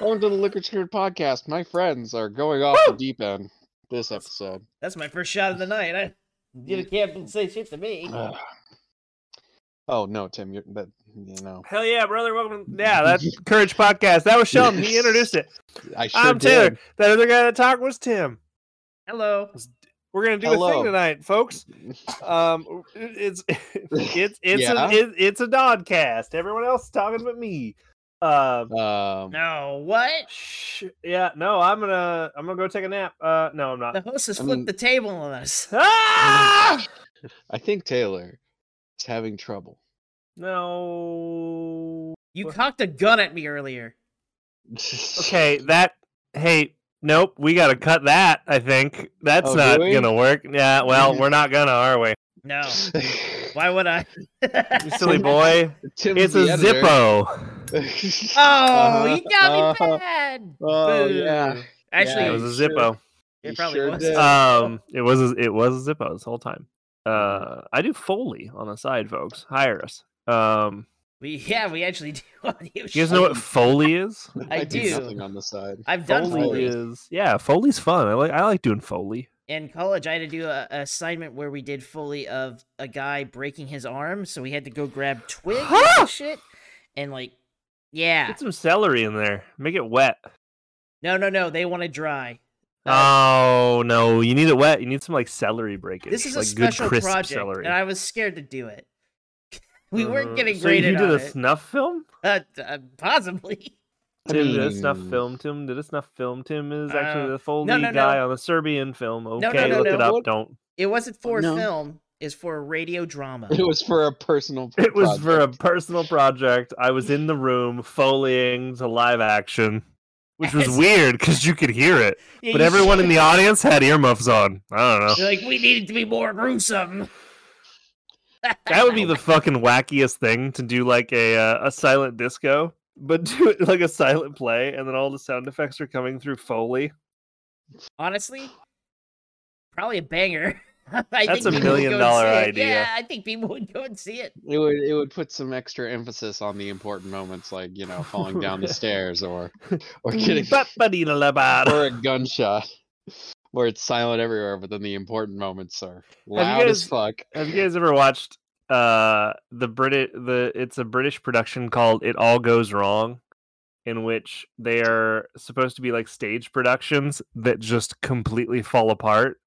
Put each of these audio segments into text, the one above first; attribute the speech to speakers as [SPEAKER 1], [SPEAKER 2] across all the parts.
[SPEAKER 1] Welcome to the Liquor Spirit Podcast. My friends are going off the deep end this episode.
[SPEAKER 2] That's my first shot of the night. I Mm. you can't say shit to me.
[SPEAKER 1] Ugh. oh no, Tim, you're that you know
[SPEAKER 3] Hell yeah, brother. Welcome. Yeah, that's Courage Podcast. That was Sheldon. He introduced it.
[SPEAKER 1] I sure
[SPEAKER 3] I'm
[SPEAKER 1] did.
[SPEAKER 3] Taylor. That other guy that talked was Tim.
[SPEAKER 2] Hello.
[SPEAKER 3] We're gonna do a
[SPEAKER 1] Hello.
[SPEAKER 3] thing tonight, folks. Um, it's it's it's
[SPEAKER 1] Yeah.
[SPEAKER 3] a, it, it's a Doddcast. Everyone else is talking but me. Um,
[SPEAKER 1] Um,
[SPEAKER 2] No, what?
[SPEAKER 3] sh- yeah, no, I'm gonna I'm gonna go take a nap. Uh, no, I'm
[SPEAKER 2] The
[SPEAKER 3] not.
[SPEAKER 2] host has
[SPEAKER 1] I mean-
[SPEAKER 2] flipped the table on us.
[SPEAKER 3] Ah!
[SPEAKER 1] I think Taylor is having trouble.
[SPEAKER 3] No.
[SPEAKER 2] You cocked a gun at me earlier.
[SPEAKER 3] Okay, that. Hey, nope. We gotta cut that. I think that's
[SPEAKER 1] Oh, do
[SPEAKER 3] not
[SPEAKER 1] we?
[SPEAKER 3] gonna work. Yeah. Well, we're not gonna, are we?
[SPEAKER 2] No. Why would I?
[SPEAKER 3] You silly boy.
[SPEAKER 1] Tim's
[SPEAKER 3] It's
[SPEAKER 1] the
[SPEAKER 3] a
[SPEAKER 1] editor.
[SPEAKER 3] Zippo.
[SPEAKER 2] Oh, you got me
[SPEAKER 1] Uh-huh.
[SPEAKER 2] bad.
[SPEAKER 1] Oh
[SPEAKER 2] Boo.
[SPEAKER 1] yeah.
[SPEAKER 2] Actually,
[SPEAKER 1] Yeah,
[SPEAKER 3] Yeah, it was a
[SPEAKER 1] you
[SPEAKER 3] Zippo.
[SPEAKER 2] It
[SPEAKER 1] You
[SPEAKER 2] probably
[SPEAKER 1] sure
[SPEAKER 2] was.
[SPEAKER 1] did.
[SPEAKER 3] Um, it was a, it was a Zippo this whole time. Uh, I do Foley on the side, folks. Hire us. Um,
[SPEAKER 2] we yeah, we actually do audio.
[SPEAKER 3] you guys know what
[SPEAKER 2] shit.
[SPEAKER 3] Foley is?
[SPEAKER 2] I do.
[SPEAKER 1] nothing on the side.
[SPEAKER 2] I've done
[SPEAKER 1] Foley
[SPEAKER 2] Foley.
[SPEAKER 3] is yeah. Foley's fun. I like I like doing Foley.
[SPEAKER 2] in college i had to do a, a assignment where we did fully of a guy breaking his arm so we had to go grab twigs
[SPEAKER 3] Huh!
[SPEAKER 2] and shit and like yeah
[SPEAKER 3] Get some celery in there. Make it wet.
[SPEAKER 2] no no no they want to dry Uh,
[SPEAKER 3] Oh no! You need it wet. You need some like celery breakage.
[SPEAKER 2] this is a
[SPEAKER 3] like,
[SPEAKER 2] special
[SPEAKER 3] good crisp
[SPEAKER 2] project
[SPEAKER 3] Celery.
[SPEAKER 2] and i was scared to do it we
[SPEAKER 3] Uh,
[SPEAKER 2] weren't getting
[SPEAKER 3] so
[SPEAKER 2] graded
[SPEAKER 3] You did
[SPEAKER 2] on
[SPEAKER 3] a
[SPEAKER 2] it
[SPEAKER 3] snuff film.
[SPEAKER 2] uh, d- uh, possibly
[SPEAKER 1] I
[SPEAKER 3] Tim did a snuff
[SPEAKER 1] mean-
[SPEAKER 3] film. Tim did a snuff film. Tim is
[SPEAKER 2] Uh,
[SPEAKER 3] actually the Foley
[SPEAKER 2] no,
[SPEAKER 3] guy
[SPEAKER 2] no.
[SPEAKER 3] on the Serbian film. Okay,
[SPEAKER 2] no, no,
[SPEAKER 3] look
[SPEAKER 2] no.
[SPEAKER 3] it up.
[SPEAKER 1] What?
[SPEAKER 3] Don't.
[SPEAKER 2] it
[SPEAKER 3] Oh,
[SPEAKER 2] wasn't for
[SPEAKER 1] No.
[SPEAKER 2] a film it's for a radio drama
[SPEAKER 1] It was for a personal.
[SPEAKER 3] It was for a
[SPEAKER 1] project.
[SPEAKER 3] personal project. I was in the room foleying to live action, which was
[SPEAKER 2] Yes.
[SPEAKER 3] weird because you could hear it,
[SPEAKER 2] Yeah,
[SPEAKER 3] but
[SPEAKER 2] you
[SPEAKER 3] everyone in
[SPEAKER 2] should-
[SPEAKER 3] the audience had earmuffs on. I don't know.
[SPEAKER 2] They're like we needed to be more gruesome
[SPEAKER 3] That would be the fucking wackiest thing to do, like a uh, a silent disco, but do it like a silent play, and then all the sound effects are coming through Foley.
[SPEAKER 2] honestly, probably a banger.
[SPEAKER 3] That's
[SPEAKER 2] I think
[SPEAKER 3] a
[SPEAKER 2] people would
[SPEAKER 3] million
[SPEAKER 2] go and
[SPEAKER 3] dollar
[SPEAKER 2] see it.
[SPEAKER 3] idea.
[SPEAKER 2] Yeah, I think people would go and see it.
[SPEAKER 1] It would it would put some extra emphasis on the important moments, like you know, falling down the stairs or or
[SPEAKER 3] Mm-hmm.
[SPEAKER 1] getting
[SPEAKER 3] Ba-ba-dee-da-la-ba-da.
[SPEAKER 1] or a gunshot, where it's silent everywhere, but then the important moments are
[SPEAKER 3] you
[SPEAKER 1] loud as
[SPEAKER 3] guys-
[SPEAKER 1] fuck.
[SPEAKER 3] Have you guys ever watched uh the British the it's a British production called It All Goes Wrong in which they are supposed to be like stage productions that just completely fall apart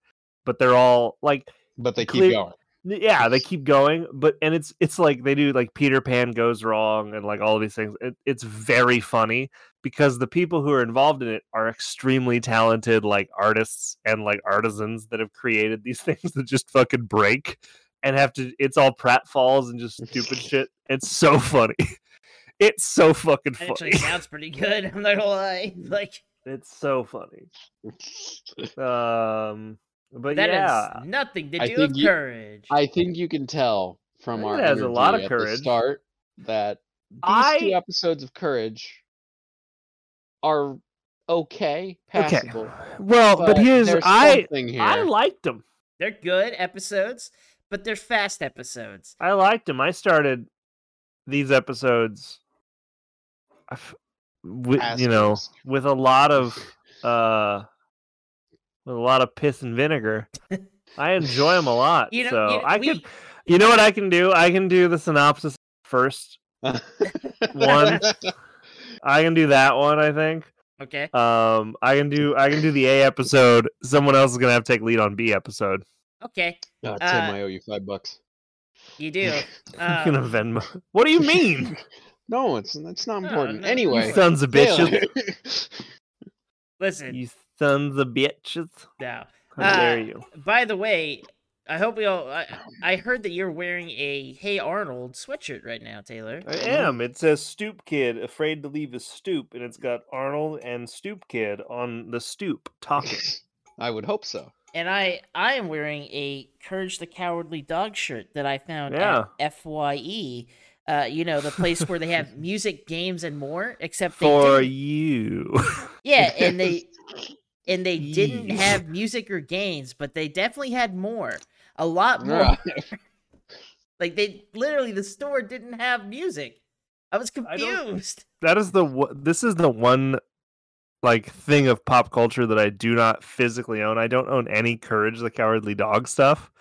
[SPEAKER 3] but they're all like
[SPEAKER 1] But they keep
[SPEAKER 3] Clear-
[SPEAKER 1] going.
[SPEAKER 3] N- yeah they keep going but and it's it's like they do like peter pan goes wrong and like all these things it, it's very funny because the people who are involved in it are extremely talented like artists and like artisans that have created these things that just fucking break and have to it's all pratfalls and just stupid shit it's so funny it's so fucking
[SPEAKER 2] It
[SPEAKER 3] funny
[SPEAKER 2] actually sounds pretty good. I'm not gonna lie. Like
[SPEAKER 3] it's so funny um but
[SPEAKER 2] that has
[SPEAKER 3] yeah
[SPEAKER 2] nothing to
[SPEAKER 1] I
[SPEAKER 2] do
[SPEAKER 1] think
[SPEAKER 2] with
[SPEAKER 1] you-
[SPEAKER 2] courage.
[SPEAKER 1] I think you can tell from
[SPEAKER 3] think
[SPEAKER 1] our
[SPEAKER 3] it has a lot
[SPEAKER 1] energy at
[SPEAKER 3] of
[SPEAKER 1] the
[SPEAKER 3] courage.
[SPEAKER 1] start that these two
[SPEAKER 3] I-
[SPEAKER 1] episodes of Courage are okay,
[SPEAKER 3] okay
[SPEAKER 1] passable.
[SPEAKER 3] well but, here's
[SPEAKER 1] there's
[SPEAKER 3] i
[SPEAKER 1] something here.
[SPEAKER 3] i liked them
[SPEAKER 2] they're good episodes, but they're fast episodes.
[SPEAKER 3] I liked him. I started these episodes, I f- with, you know,
[SPEAKER 1] Asterisk.
[SPEAKER 3] with a lot of uh, with a lot of piss and vinegar. I enjoy them a lot.
[SPEAKER 2] You know,
[SPEAKER 3] so
[SPEAKER 2] you-
[SPEAKER 3] I
[SPEAKER 2] we,
[SPEAKER 3] could, you know, what I can do? I can do the synopsis first. One. I can do that one. I think.
[SPEAKER 2] okay.
[SPEAKER 3] Um, I can do. I can do the A episode. Someone else is gonna have to take lead on B episode.
[SPEAKER 2] Okay,
[SPEAKER 1] Ah, Tim,
[SPEAKER 2] Uh,
[SPEAKER 1] I owe you five bucks.
[SPEAKER 2] you do.
[SPEAKER 3] I'm gonna
[SPEAKER 2] Um,
[SPEAKER 3] Venmo. What do you mean,
[SPEAKER 1] No, it's that's not
[SPEAKER 2] No,
[SPEAKER 1] important.
[SPEAKER 2] no, you
[SPEAKER 1] anyway,
[SPEAKER 3] you sons of bitches?
[SPEAKER 2] listen,
[SPEAKER 3] You sons of bitches!
[SPEAKER 2] now
[SPEAKER 3] How dare
[SPEAKER 2] Uh,
[SPEAKER 3] you?
[SPEAKER 2] By the way, I hope we all. I, I heard that you're wearing a Hey Arnold sweatshirt right now, Taylor.
[SPEAKER 3] I am. It says Stoop Kid, afraid to leave his stoop, and it's got Arnold and Stoop Kid on the stoop talking.
[SPEAKER 1] I would hope so.
[SPEAKER 2] And I I am wearing a Courage the Cowardly Dog shirt that I found
[SPEAKER 3] Yeah.
[SPEAKER 2] at FYE. Uh, you know the place where they have music, games, and more. Except they
[SPEAKER 3] For
[SPEAKER 2] didn't-
[SPEAKER 3] you.
[SPEAKER 2] yeah, and they and they didn't
[SPEAKER 3] Yee.
[SPEAKER 2] have music or games, but they definitely had more, a lot more.
[SPEAKER 1] Right.
[SPEAKER 2] Like they literally the store didn't have music. I was
[SPEAKER 3] I don't-
[SPEAKER 2] confused.
[SPEAKER 3] that is the wo- this is the one like thing of pop culture that I do not physically own. I don't own any Courage the Cowardly Dog stuff.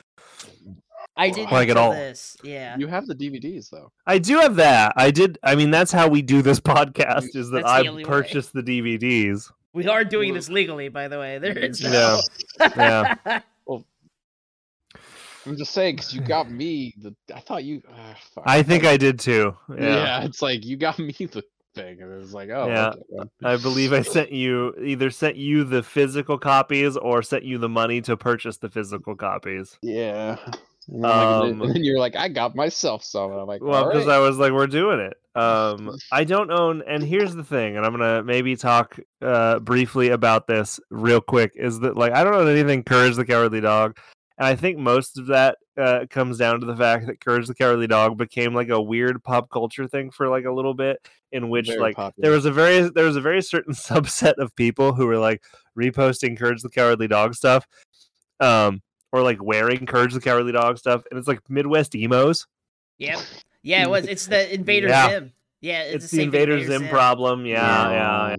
[SPEAKER 2] I did
[SPEAKER 3] Like
[SPEAKER 2] like
[SPEAKER 3] at all.
[SPEAKER 2] this. Yeah.
[SPEAKER 1] You have the DVDs though.
[SPEAKER 3] I do have that. I did. I mean, that's how we do this podcast: is that
[SPEAKER 2] Mm, That's the
[SPEAKER 3] I
[SPEAKER 2] only way.
[SPEAKER 3] purchased the DVDs.
[SPEAKER 2] We are doing
[SPEAKER 1] Well-
[SPEAKER 2] this legally, by the way. There is
[SPEAKER 3] No. Yeah.
[SPEAKER 1] I'm just saying because you got me the. I thought you. ah, fuck.
[SPEAKER 3] I think I did too. Yeah,
[SPEAKER 1] Yeah. it's like you got me the thing, and it was like, oh,
[SPEAKER 3] Yeah.
[SPEAKER 1] okay, well,
[SPEAKER 3] I believe I sent you either sent you the physical copies or sent you the money to purchase the physical copies.
[SPEAKER 1] yeah. And, I'm like, and then-
[SPEAKER 3] Um,
[SPEAKER 1] and then you're like, I got myself some, and I'm like,
[SPEAKER 3] Well,
[SPEAKER 1] all
[SPEAKER 3] because
[SPEAKER 1] right.
[SPEAKER 3] I was like, we're doing it. Um, I don't own, and here's the thing, and I'm gonna maybe talk uh, briefly about this real quick. Is that like I don't own anything Courage the Cowardly Dog, and I think most of that uh, comes down to the fact that Courage the Cowardly Dog became like a weird pop culture thing for like a little bit, in which
[SPEAKER 1] Very
[SPEAKER 3] like there
[SPEAKER 1] popular.
[SPEAKER 3] was a very there was a very certain subset of people who were like reposting Courage the Cowardly Dog stuff, um, or like wearing Courage the Cowardly Dog stuff, and it's like Midwest emos.
[SPEAKER 2] Yep. Yeah, it was. It's the Invader
[SPEAKER 3] Yeah.
[SPEAKER 2] Zim. Yeah, it's,
[SPEAKER 3] it's, the
[SPEAKER 2] the, same
[SPEAKER 3] Invader Zim problem. Yeah, yeah.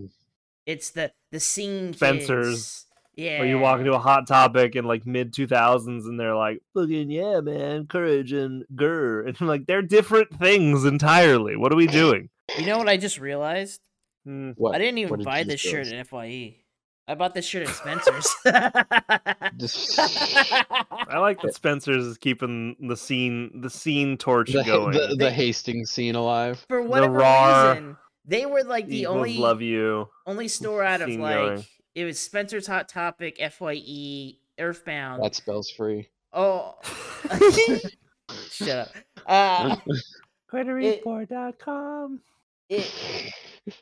[SPEAKER 2] It's the the scene.
[SPEAKER 3] Spencer's,
[SPEAKER 2] kids. Yeah.
[SPEAKER 3] Or you walk into a hot topic in like mid two thousands, and they're like, "Fucking yeah, man, courage and grr," and I'm like they're different things entirely. What are we doing?
[SPEAKER 2] You know what I just realized?
[SPEAKER 3] Hmm.
[SPEAKER 1] What?
[SPEAKER 2] I didn't
[SPEAKER 1] what
[SPEAKER 2] even
[SPEAKER 1] did
[SPEAKER 2] buy
[SPEAKER 1] you
[SPEAKER 2] this
[SPEAKER 1] just
[SPEAKER 2] shirt
[SPEAKER 1] realize?
[SPEAKER 2] at FYE. E. I bought this shirt at Spencer's.
[SPEAKER 1] Just-
[SPEAKER 3] I like that Spencer's is keeping the scene, the scene torch
[SPEAKER 1] the,
[SPEAKER 3] going.
[SPEAKER 1] the, the Hastings scene alive.
[SPEAKER 2] For whatever
[SPEAKER 3] raw
[SPEAKER 2] reason, they were like the
[SPEAKER 3] Eagles
[SPEAKER 2] only
[SPEAKER 3] love you.
[SPEAKER 2] only store out of
[SPEAKER 3] scene
[SPEAKER 2] like
[SPEAKER 3] going.
[SPEAKER 2] it was Spencer's Hot Topic, FYE,
[SPEAKER 3] Um,
[SPEAKER 2] Earthbound.
[SPEAKER 1] That spells free.
[SPEAKER 2] Oh, shut up. Uh,
[SPEAKER 3] Quittereport.com.
[SPEAKER 2] it,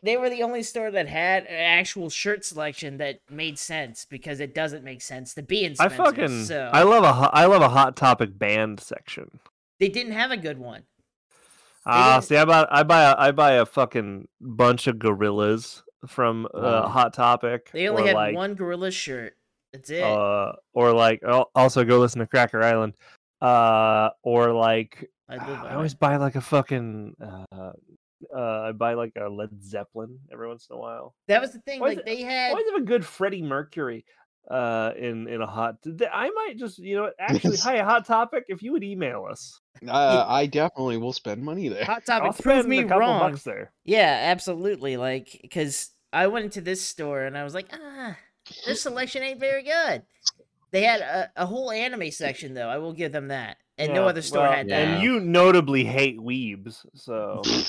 [SPEAKER 2] they were the only store that had an actual shirt selection that made sense because it doesn't make sense to be in
[SPEAKER 3] I
[SPEAKER 2] Spencer's.
[SPEAKER 3] fucking
[SPEAKER 2] so
[SPEAKER 3] I love a ho- I love a hot topic band section.
[SPEAKER 2] they didn't have a good one.
[SPEAKER 3] Ah,
[SPEAKER 2] didn't-
[SPEAKER 3] see, I buy I buy a, I buy a fucking bunch of gorillas from uh,
[SPEAKER 1] Wow.
[SPEAKER 3] Hot Topic.
[SPEAKER 2] They only
[SPEAKER 3] or
[SPEAKER 2] had
[SPEAKER 3] like,
[SPEAKER 2] one gorilla shirt. That's it.
[SPEAKER 3] Uh, or like al- also go listen to Cracker Island. Uh, or like ah,
[SPEAKER 2] I, live
[SPEAKER 3] I
[SPEAKER 2] on
[SPEAKER 3] always buy like a fucking uh, uh, I buy like a Led Zeppelin every once in a while.
[SPEAKER 2] it. That was the thing.
[SPEAKER 3] Why is
[SPEAKER 2] Like
[SPEAKER 3] it-
[SPEAKER 2] they
[SPEAKER 3] I
[SPEAKER 2] had.
[SPEAKER 3] always have a good Freddie Mercury uh in in a hot th- I might just you know what, actually
[SPEAKER 1] Yes.
[SPEAKER 3] hi hot topic if you would email us
[SPEAKER 1] Uh, I definitely will spend money there.
[SPEAKER 2] Hot
[SPEAKER 3] I'll
[SPEAKER 2] topic. Prove
[SPEAKER 3] spend
[SPEAKER 2] me
[SPEAKER 3] a couple
[SPEAKER 2] wrong.
[SPEAKER 3] bucks there
[SPEAKER 2] Yeah, absolutely. Like, because I went into this store and I was like, ah, their selection ain't very good. They had a, a whole anime section, though. I will give them that. And no
[SPEAKER 3] Yeah,
[SPEAKER 2] other store
[SPEAKER 3] well,
[SPEAKER 2] had that.
[SPEAKER 3] And you notably hate weebs, so
[SPEAKER 1] Oh,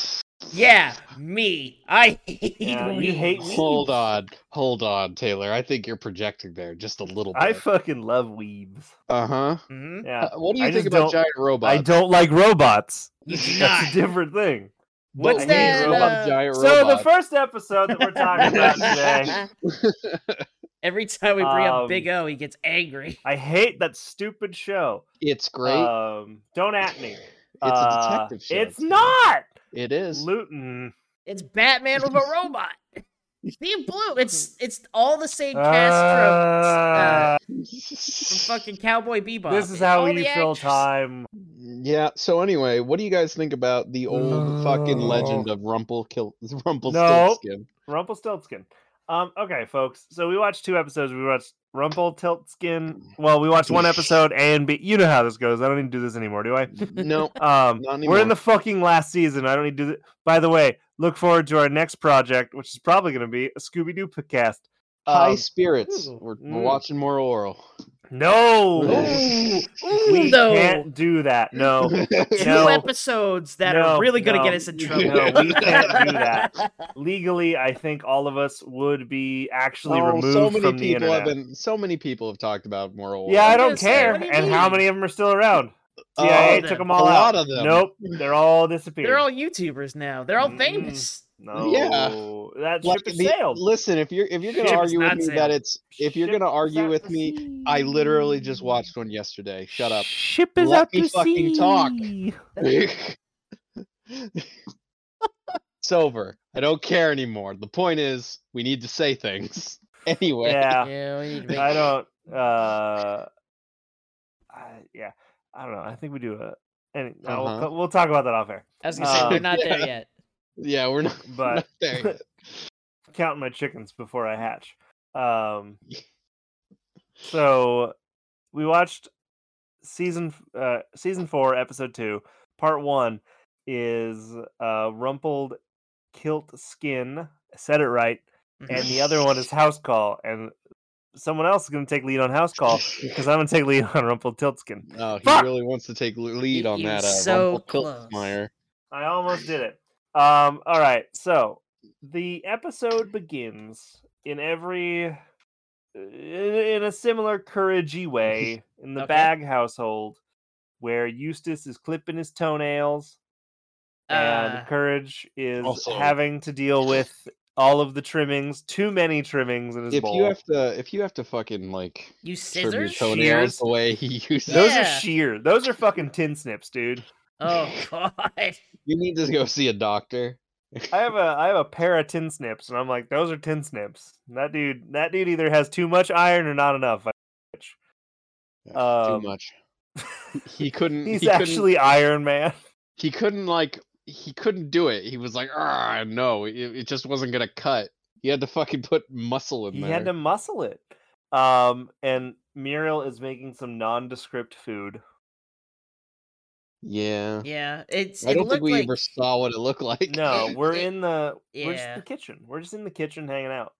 [SPEAKER 2] Yeah, me. I hate
[SPEAKER 3] Yeah, you hate
[SPEAKER 2] weebs.
[SPEAKER 3] weebs.
[SPEAKER 1] Hold on, hold on, Taylor. I think you're projecting there just a little bit.
[SPEAKER 3] I fucking love weebs.
[SPEAKER 1] uh-huh.
[SPEAKER 2] Mhm.
[SPEAKER 3] Yeah,
[SPEAKER 1] Uh, What do you
[SPEAKER 3] I
[SPEAKER 1] think
[SPEAKER 3] just
[SPEAKER 1] about
[SPEAKER 3] don't-
[SPEAKER 1] giant robots?
[SPEAKER 3] I don't like robots.
[SPEAKER 2] You
[SPEAKER 3] That's
[SPEAKER 2] do
[SPEAKER 3] a
[SPEAKER 2] not.
[SPEAKER 3] different thing.
[SPEAKER 1] But
[SPEAKER 2] What's
[SPEAKER 1] we
[SPEAKER 2] that,
[SPEAKER 1] love
[SPEAKER 2] uh,
[SPEAKER 1] giant
[SPEAKER 3] So the
[SPEAKER 1] robots.
[SPEAKER 3] first episode that we're talking about today,
[SPEAKER 2] Every time we bring
[SPEAKER 3] Um,
[SPEAKER 2] up Big O, he gets angry.
[SPEAKER 3] I hate that stupid show.
[SPEAKER 1] it's great.
[SPEAKER 3] Um, don't at me.
[SPEAKER 1] it's
[SPEAKER 3] Uh,
[SPEAKER 1] a detective show.
[SPEAKER 3] It's not
[SPEAKER 1] It is.
[SPEAKER 3] Luton.
[SPEAKER 2] It's Batman with a robot. Steve Blue. It's it's all the same cast
[SPEAKER 3] Uh,
[SPEAKER 2] from, from fucking Cowboy Bebop.
[SPEAKER 3] Ah, this is
[SPEAKER 2] It's
[SPEAKER 3] how
[SPEAKER 2] all
[SPEAKER 3] you
[SPEAKER 2] Oh, the
[SPEAKER 3] fill
[SPEAKER 2] actors.
[SPEAKER 3] time.
[SPEAKER 1] yeah. So anyway, what do you guys think about the old fucking legend
[SPEAKER 3] No.
[SPEAKER 1] of Rumpelkill Rumpelstiltskin?
[SPEAKER 3] No. Rumpelstiltskin. Um, okay, folks. So we watched two episodes. We watched Rumple
[SPEAKER 1] Mm.
[SPEAKER 3] Tiltskin. Well, we watched one episode, A and B. You know how this goes. I don't need to do this anymore, do I?
[SPEAKER 1] No. Not
[SPEAKER 3] Um, we're in
[SPEAKER 1] anymore.
[SPEAKER 3] the fucking last season. I don't need to do this. By the way, look forward to our next project, which is probably going to be a Scooby Doo podcast.
[SPEAKER 1] High
[SPEAKER 3] Um,
[SPEAKER 1] spirits. We're, we're
[SPEAKER 3] Mm.
[SPEAKER 1] watching moral oral.
[SPEAKER 3] no,
[SPEAKER 2] Ooh,
[SPEAKER 3] we
[SPEAKER 2] ooh, though.
[SPEAKER 3] can't do that. No,
[SPEAKER 2] two
[SPEAKER 1] Oh,
[SPEAKER 3] No.
[SPEAKER 2] episodes that
[SPEAKER 3] No,
[SPEAKER 2] are really going to get
[SPEAKER 3] no,
[SPEAKER 2] us in trouble.
[SPEAKER 1] no,
[SPEAKER 3] we can't do that. legally, I think all of us would be actually
[SPEAKER 1] Oh,
[SPEAKER 3] removed
[SPEAKER 1] so many
[SPEAKER 3] from the
[SPEAKER 1] people
[SPEAKER 3] internet.
[SPEAKER 1] have been. So many people have talked about moral oral.
[SPEAKER 3] yeah, I
[SPEAKER 2] I'm
[SPEAKER 3] don't
[SPEAKER 2] gonna say,
[SPEAKER 3] care.
[SPEAKER 2] what do you
[SPEAKER 3] and how
[SPEAKER 2] mean?
[SPEAKER 3] many of them are still around?
[SPEAKER 1] Uh,
[SPEAKER 3] CIA
[SPEAKER 2] of
[SPEAKER 3] took
[SPEAKER 2] them.
[SPEAKER 3] them all
[SPEAKER 1] a lot
[SPEAKER 3] out.
[SPEAKER 1] of them.
[SPEAKER 3] Nope, they're all disappeared.
[SPEAKER 2] They're all YouTubers now. They're all
[SPEAKER 3] Mm.
[SPEAKER 2] famous.
[SPEAKER 3] no. that
[SPEAKER 1] Like,
[SPEAKER 3] ship has
[SPEAKER 1] the-
[SPEAKER 3] sailed.
[SPEAKER 1] Listen, if you're if you're gonna
[SPEAKER 2] Ship is
[SPEAKER 1] argue with
[SPEAKER 2] not
[SPEAKER 1] me that
[SPEAKER 2] sailed.
[SPEAKER 1] it's if you're
[SPEAKER 3] Ship
[SPEAKER 1] gonna
[SPEAKER 3] is
[SPEAKER 1] argue
[SPEAKER 3] out
[SPEAKER 1] with
[SPEAKER 3] to
[SPEAKER 1] me, I literally just
[SPEAKER 3] sea.
[SPEAKER 1] watched one yesterday. Shut up.
[SPEAKER 3] Ship
[SPEAKER 1] is Let out me to fucking talk.
[SPEAKER 3] sea.
[SPEAKER 1] it's over. I don't care anymore. The point is, we need to say things anyway.
[SPEAKER 3] Yeah,
[SPEAKER 2] Yeah, we need to make-
[SPEAKER 3] I don't. Uh, I, yeah, I don't know. I think we do a. And uh, we'll,
[SPEAKER 1] Uh-huh.
[SPEAKER 3] co- we'll talk about that off air.
[SPEAKER 2] I was going to say,
[SPEAKER 3] Uh,
[SPEAKER 2] we're not there yet.
[SPEAKER 1] Yeah, we're not, we're
[SPEAKER 3] But-
[SPEAKER 1] not there. yet.
[SPEAKER 3] counting my chickens before I hatch. Um, so we watched season f- uh, season four, episode two, part one is uh, rumpled kilt skin. I said it right. And the other one is house call. And someone else is going to take lead on house call because I'm going to take lead on rumpled tilt skin.
[SPEAKER 1] No, he
[SPEAKER 3] Fuck!
[SPEAKER 1] really wants to take l- lead on
[SPEAKER 2] you
[SPEAKER 1] that. Uh,
[SPEAKER 2] so
[SPEAKER 1] Rumpel
[SPEAKER 2] close.
[SPEAKER 1] Kiltsmeyer.
[SPEAKER 3] I almost did it. Um, all right, so the episode begins in every in, in a similar couragey way in the
[SPEAKER 2] Okay.
[SPEAKER 3] bag household where Eustace is clipping his toenails
[SPEAKER 2] Uh,
[SPEAKER 3] and Courage is
[SPEAKER 1] Also-
[SPEAKER 3] having to deal with all of the trimmings, too many trimmings in his
[SPEAKER 1] If
[SPEAKER 3] bowl.
[SPEAKER 1] you have to, if you have to fucking like
[SPEAKER 2] you
[SPEAKER 1] trim your
[SPEAKER 2] scissors?
[SPEAKER 1] toenails
[SPEAKER 3] Shears?
[SPEAKER 1] the way he uses,
[SPEAKER 3] Those are
[SPEAKER 2] Yeah.
[SPEAKER 3] sheer. Those are fucking tin snips, dude.
[SPEAKER 2] Oh god.
[SPEAKER 1] you need to go see a doctor.
[SPEAKER 3] I have a I have a pair of tin snips, and I'm like, those are tin snips. That dude, that dude either has too much iron or not enough. I- which-
[SPEAKER 1] Yeah,
[SPEAKER 3] Um,
[SPEAKER 1] Too much. He couldn't.
[SPEAKER 3] He's
[SPEAKER 1] he couldn't-
[SPEAKER 3] actually Iron Man.
[SPEAKER 1] he couldn't like he couldn't do it. He was like, ah, no, it, it just wasn't gonna cut. He had to fucking put muscle in
[SPEAKER 3] He
[SPEAKER 1] there.
[SPEAKER 3] had to muscle it. Um, and Muriel is making some nondescript food.
[SPEAKER 1] Yeah.
[SPEAKER 2] Yeah. It's
[SPEAKER 1] I
[SPEAKER 2] it
[SPEAKER 1] don't
[SPEAKER 2] looked
[SPEAKER 1] think we
[SPEAKER 2] like
[SPEAKER 1] ever saw what it looked like.
[SPEAKER 3] No, we're
[SPEAKER 2] It-
[SPEAKER 3] in the we're just in
[SPEAKER 2] yeah.
[SPEAKER 3] the kitchen. We're just in the kitchen hanging out.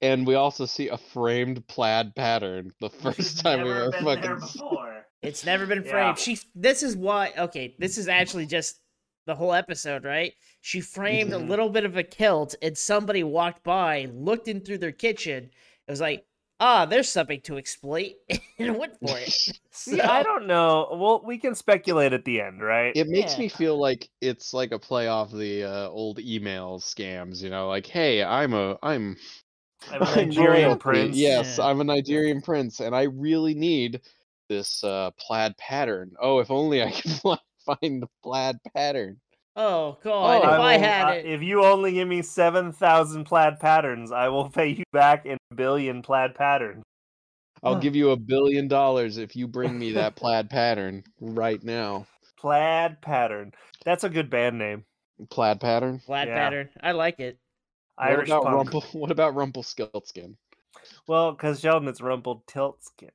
[SPEAKER 1] And we also see a framed plaid pattern the first time we were fucking.
[SPEAKER 3] before.
[SPEAKER 2] It's never been framed.
[SPEAKER 3] Yeah.
[SPEAKER 2] She. This is why. Okay, this is actually just the whole episode, right? She framed
[SPEAKER 1] Mm-hmm.
[SPEAKER 3] Mhm.
[SPEAKER 2] a little bit of a kilt, and somebody walked by, looked in through their kitchen, and was like, "Ah, there's something to exploit," and went for it.
[SPEAKER 3] See, I don't know. Well, we can speculate at the end, right?
[SPEAKER 1] It makes
[SPEAKER 2] Yeah.
[SPEAKER 1] me feel like it's like a play off the uh, old email scams, you know, like, hey, I'm a I'm
[SPEAKER 3] I'm a
[SPEAKER 1] I'm
[SPEAKER 3] Nigerian
[SPEAKER 1] royalty,
[SPEAKER 3] prince.
[SPEAKER 1] Yes,
[SPEAKER 2] Yeah.
[SPEAKER 1] I'm a Nigerian prince, and I really need this uh, plaid pattern. Oh, if only I could fi- find the plaid pattern.
[SPEAKER 2] Oh God!
[SPEAKER 1] Oh,
[SPEAKER 2] if I,
[SPEAKER 3] will-
[SPEAKER 2] had
[SPEAKER 3] I-
[SPEAKER 2] it,
[SPEAKER 3] If you only give me 7,000 plaid patterns, I will pay you back in a billion plaid patterns.
[SPEAKER 1] I'll
[SPEAKER 2] Huh.
[SPEAKER 1] give you a billion dollars if you bring me that plaid pattern right now.
[SPEAKER 3] Plaid pattern. That's a good band name.
[SPEAKER 1] Plaid pattern.
[SPEAKER 2] flat
[SPEAKER 3] yeah.
[SPEAKER 2] pattern. I like it.
[SPEAKER 3] Irish
[SPEAKER 1] what about
[SPEAKER 3] punk.
[SPEAKER 1] Rumple? What about Rumpelstiltskin?
[SPEAKER 3] Well, because Sheldon, it's rumpled tilt skin.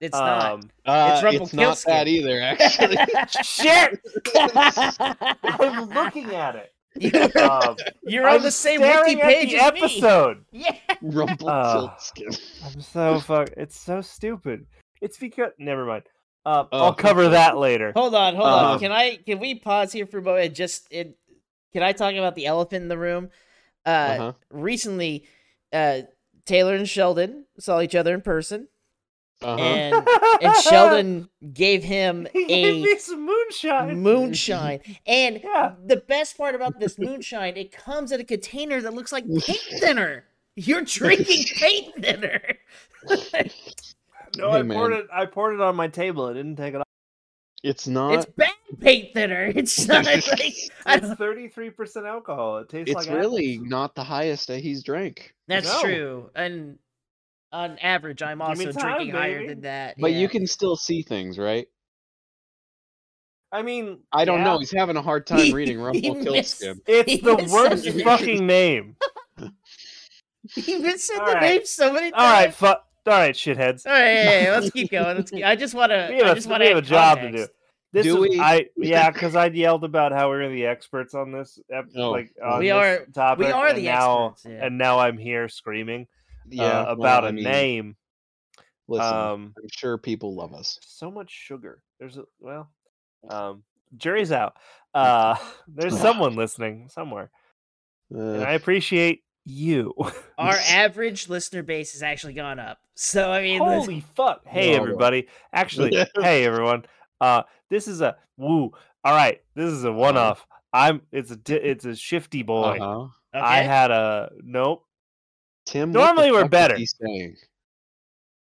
[SPEAKER 2] It's
[SPEAKER 3] Um,
[SPEAKER 2] not.
[SPEAKER 1] Uh, it's not that
[SPEAKER 2] Rumpelstiltskin.
[SPEAKER 1] either, actually.
[SPEAKER 3] Shit! I'm looking at it.
[SPEAKER 2] You're,
[SPEAKER 3] Um,
[SPEAKER 2] you're on
[SPEAKER 3] I'm
[SPEAKER 2] the same wiki
[SPEAKER 3] staring at
[SPEAKER 2] page
[SPEAKER 3] the
[SPEAKER 2] as me.
[SPEAKER 3] episode.
[SPEAKER 2] Yeah.
[SPEAKER 1] Rumpelstiltskin.
[SPEAKER 3] I'm so fuck. It's so stupid. It's because. Never mind. Uh,
[SPEAKER 1] Oh,
[SPEAKER 3] I'll cover
[SPEAKER 1] okay.
[SPEAKER 3] that later.
[SPEAKER 2] Hold on, hold
[SPEAKER 3] Um,
[SPEAKER 1] Uh-huh.
[SPEAKER 2] on. Can I can we pause here for a moment? and Just it, can I talk about the elephant in the room? Uh,
[SPEAKER 1] Uh-huh.
[SPEAKER 2] Recently, uh, Taylor and Sheldon saw each other in person,
[SPEAKER 1] Uh-huh.
[SPEAKER 2] and and Sheldon gave him
[SPEAKER 3] He gave
[SPEAKER 2] a
[SPEAKER 3] me some moonshine.
[SPEAKER 2] moonshine. And
[SPEAKER 3] Yeah.
[SPEAKER 2] the best part about this moonshine, it comes in a container that looks like paint thinner. You're drinking paint thinner.
[SPEAKER 3] No,
[SPEAKER 1] Hey,
[SPEAKER 3] I poured
[SPEAKER 1] man.
[SPEAKER 3] it. I poured it on my table. It didn't take it off.
[SPEAKER 1] It's not.
[SPEAKER 2] It's bad paint thinner. It's not like I
[SPEAKER 3] It's
[SPEAKER 2] don't,
[SPEAKER 3] thirty three percent alcohol. It tastes
[SPEAKER 1] It's,
[SPEAKER 3] like
[SPEAKER 1] really
[SPEAKER 3] apples.
[SPEAKER 1] not the highest that he's drank.
[SPEAKER 2] That's
[SPEAKER 3] No.
[SPEAKER 2] true. And on average, I'm
[SPEAKER 3] Give me
[SPEAKER 2] also
[SPEAKER 3] time,
[SPEAKER 2] drinking higher
[SPEAKER 3] baby.
[SPEAKER 2] than that.
[SPEAKER 1] But
[SPEAKER 2] yeah.
[SPEAKER 1] you can still see things, right?
[SPEAKER 3] I mean,
[SPEAKER 1] I don't
[SPEAKER 3] yeah.
[SPEAKER 1] know. He's having a hard time reading
[SPEAKER 2] He
[SPEAKER 1] Rumpelstiltskin.
[SPEAKER 3] It's
[SPEAKER 2] He
[SPEAKER 3] the worst
[SPEAKER 2] misunderstood.
[SPEAKER 3] fucking name.
[SPEAKER 2] You've been said
[SPEAKER 3] All
[SPEAKER 2] the
[SPEAKER 3] right.
[SPEAKER 2] name so many times.
[SPEAKER 3] All right, fu- all right, shitheads.
[SPEAKER 2] All right, yeah, yeah, let's keep going. Let's keep, I just want to.
[SPEAKER 3] We have
[SPEAKER 2] I
[SPEAKER 3] a-
[SPEAKER 2] just
[SPEAKER 3] we
[SPEAKER 2] want to
[SPEAKER 3] have a job to do. This
[SPEAKER 1] Do
[SPEAKER 3] is
[SPEAKER 1] we?
[SPEAKER 3] I yeah, because I yelled about how we were the experts on this. ep-
[SPEAKER 1] Oh,
[SPEAKER 3] like
[SPEAKER 1] well.
[SPEAKER 3] on
[SPEAKER 2] We
[SPEAKER 3] this
[SPEAKER 2] are-
[SPEAKER 3] topic.
[SPEAKER 2] We are
[SPEAKER 3] and
[SPEAKER 2] the
[SPEAKER 3] now,
[SPEAKER 2] experts. yeah.
[SPEAKER 3] And now I'm here screaming uh,
[SPEAKER 1] Yeah, well,
[SPEAKER 3] about
[SPEAKER 1] I
[SPEAKER 3] a
[SPEAKER 1] mean,
[SPEAKER 3] name.
[SPEAKER 1] Listen,
[SPEAKER 3] um,
[SPEAKER 1] I'm sure people love us.
[SPEAKER 3] so much sugar. There's a well, um, jury's out. Uh, there's someone listening somewhere, and
[SPEAKER 1] Uh,
[SPEAKER 3] I appreciate you.
[SPEAKER 2] Our average listener base has actually gone up. So I mean, this-
[SPEAKER 3] Holy fuck! Hey
[SPEAKER 1] No, no.
[SPEAKER 3] everybody. Actually,
[SPEAKER 1] Yeah.
[SPEAKER 3] hey everyone. Uh, this is a woo. All right, this is a one-off. I'm. It's a. di- It's a shifty boy.
[SPEAKER 1] uh-huh.
[SPEAKER 2] okay.
[SPEAKER 3] I had a nope.
[SPEAKER 1] Tim. what the
[SPEAKER 3] Normally we're
[SPEAKER 1] fuck is
[SPEAKER 3] better.
[SPEAKER 1] he saying?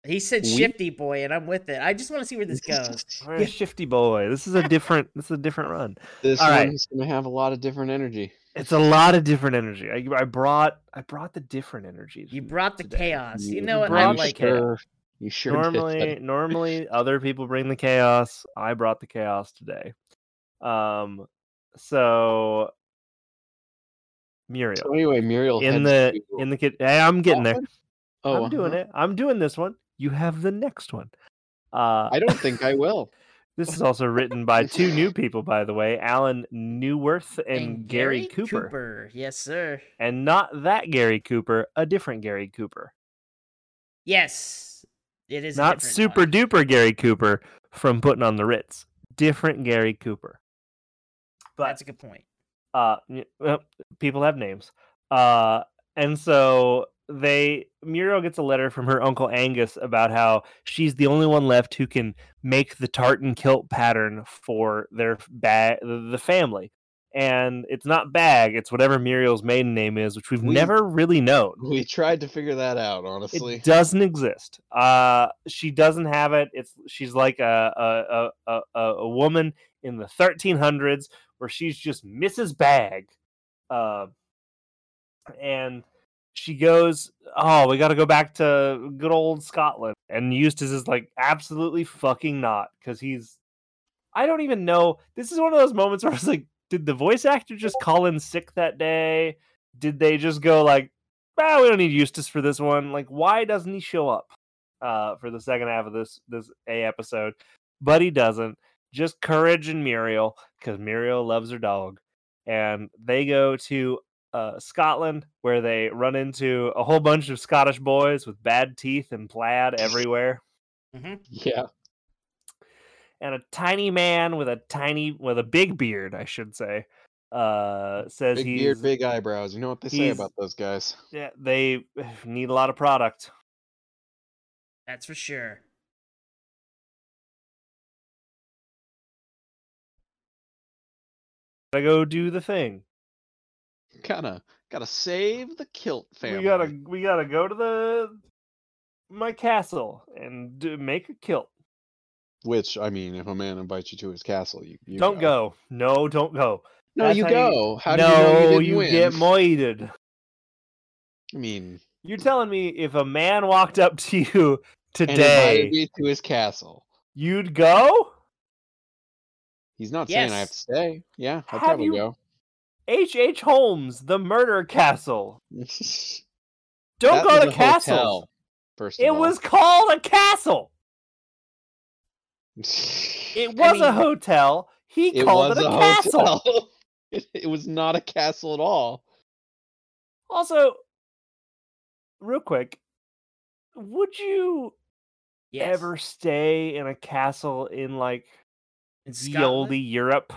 [SPEAKER 2] he said
[SPEAKER 1] we-
[SPEAKER 2] shifty boy, and I'm with it. I just want to see where this goes.
[SPEAKER 3] We're a shifty boy. This is a different. this is a different run.
[SPEAKER 1] This
[SPEAKER 3] All right.
[SPEAKER 1] one's gonna have a lot of different energy.
[SPEAKER 3] It's a lot of different energy. I, I brought. I brought the different energy.
[SPEAKER 2] You
[SPEAKER 3] to-
[SPEAKER 2] brought the
[SPEAKER 3] today.
[SPEAKER 2] chaos. You
[SPEAKER 1] You
[SPEAKER 2] know what? I
[SPEAKER 3] brought
[SPEAKER 1] you
[SPEAKER 3] the
[SPEAKER 2] like it.
[SPEAKER 3] chaos.
[SPEAKER 1] sure, You sure did that.
[SPEAKER 3] normally normally other people bring the chaos i brought the chaos today um so Muriel
[SPEAKER 1] So anyway, Muriel
[SPEAKER 3] in the in the kid. Hey, I'm getting there.
[SPEAKER 1] Oh,
[SPEAKER 3] I'm doing
[SPEAKER 1] uh-huh.
[SPEAKER 3] it. I'm doing this one. You have the next one. Uh,
[SPEAKER 1] I don't think I will.
[SPEAKER 3] this is also written by two new people, by the way, Alan Newworth and, Gary, Cooper.
[SPEAKER 2] Yes, sir.
[SPEAKER 3] and not that Gary Cooper, a different Gary Cooper,
[SPEAKER 2] Yes. It is a
[SPEAKER 3] not
[SPEAKER 2] different
[SPEAKER 3] super
[SPEAKER 2] one.
[SPEAKER 3] duper Gary Cooper from Putting on the Ritz, different Gary Cooper. But
[SPEAKER 2] That's a good point.
[SPEAKER 3] uh, y- well, people have names. Uh, and so they Muriel gets a letter from her uncle Angus about how she's the only one left who can make the tartan kilt pattern for their bag, the family. And it's not bag; it's whatever Muriel's maiden name is, which we've
[SPEAKER 1] We-
[SPEAKER 3] never really known.
[SPEAKER 1] We tried to figure that out, honestly.
[SPEAKER 3] It doesn't exist. Uh, she doesn't have it. It's she's like a a a, a, a woman in the 1300s where she's just Mrs. Bag, uh, and she goes, "Oh, we got to go back to good old Scotland." And Eustace is like, "Absolutely fucking not," because he's. I don't even know. This is one of those moments where I was like, "Did the voice actor just call in sick that day? Did they just go like?" ah, we don't need Eustace for this one. Like, why doesn't he show up uh, for the second half of this this a episode? But he doesn't. Just courage and Muriel, because Muriel loves her dog, and they go to uh, Scotland where they run into a whole bunch of Scottish boys with bad teeth and plaid everywhere,
[SPEAKER 1] yeah.
[SPEAKER 3] and a tiny man with a tiny with a big beard, I should say, uh, says
[SPEAKER 1] Big
[SPEAKER 3] he's
[SPEAKER 1] beard, big eyebrows. You know what they say
[SPEAKER 3] he's-
[SPEAKER 1] about those guys.
[SPEAKER 3] yeah, they need a lot of product.
[SPEAKER 2] That's for sure.
[SPEAKER 3] Gotta go do the thing.
[SPEAKER 1] Kinda gotta save the kilt family.
[SPEAKER 3] We gotta we gotta go to the my castle and do, make a kilt.
[SPEAKER 1] Which I mean, if a man invites you to his castle, you, you
[SPEAKER 3] don't go. No, don't go.
[SPEAKER 1] No,
[SPEAKER 3] That's
[SPEAKER 1] you
[SPEAKER 3] how you-
[SPEAKER 1] go. How do
[SPEAKER 3] no,
[SPEAKER 1] you know you, didn't win?
[SPEAKER 3] get moited.
[SPEAKER 1] I mean,
[SPEAKER 3] You're telling me if a man walked up to you
[SPEAKER 1] and invited
[SPEAKER 3] today,
[SPEAKER 1] me to his castle.
[SPEAKER 3] you'd go?
[SPEAKER 1] He's not saying I have to
[SPEAKER 2] Yes.
[SPEAKER 1] stay. Yeah, I'll
[SPEAKER 3] Have
[SPEAKER 1] probably
[SPEAKER 3] you-
[SPEAKER 1] go.
[SPEAKER 3] H. H. Holmes, the murder castle.
[SPEAKER 1] That was
[SPEAKER 3] Don't go
[SPEAKER 1] a
[SPEAKER 3] to castles.
[SPEAKER 1] hotel, first, of
[SPEAKER 3] It
[SPEAKER 1] all.
[SPEAKER 3] was called a castle. It was a
[SPEAKER 2] mean,
[SPEAKER 3] hotel. He
[SPEAKER 1] It
[SPEAKER 3] called
[SPEAKER 1] was
[SPEAKER 3] it a, castle.
[SPEAKER 1] hotel. it, it was not a castle at all.
[SPEAKER 3] Also, real quick, would you
[SPEAKER 2] Yes.
[SPEAKER 3] ever stay in a castle in like
[SPEAKER 2] In
[SPEAKER 3] the old
[SPEAKER 2] Scotland?
[SPEAKER 3] Europe?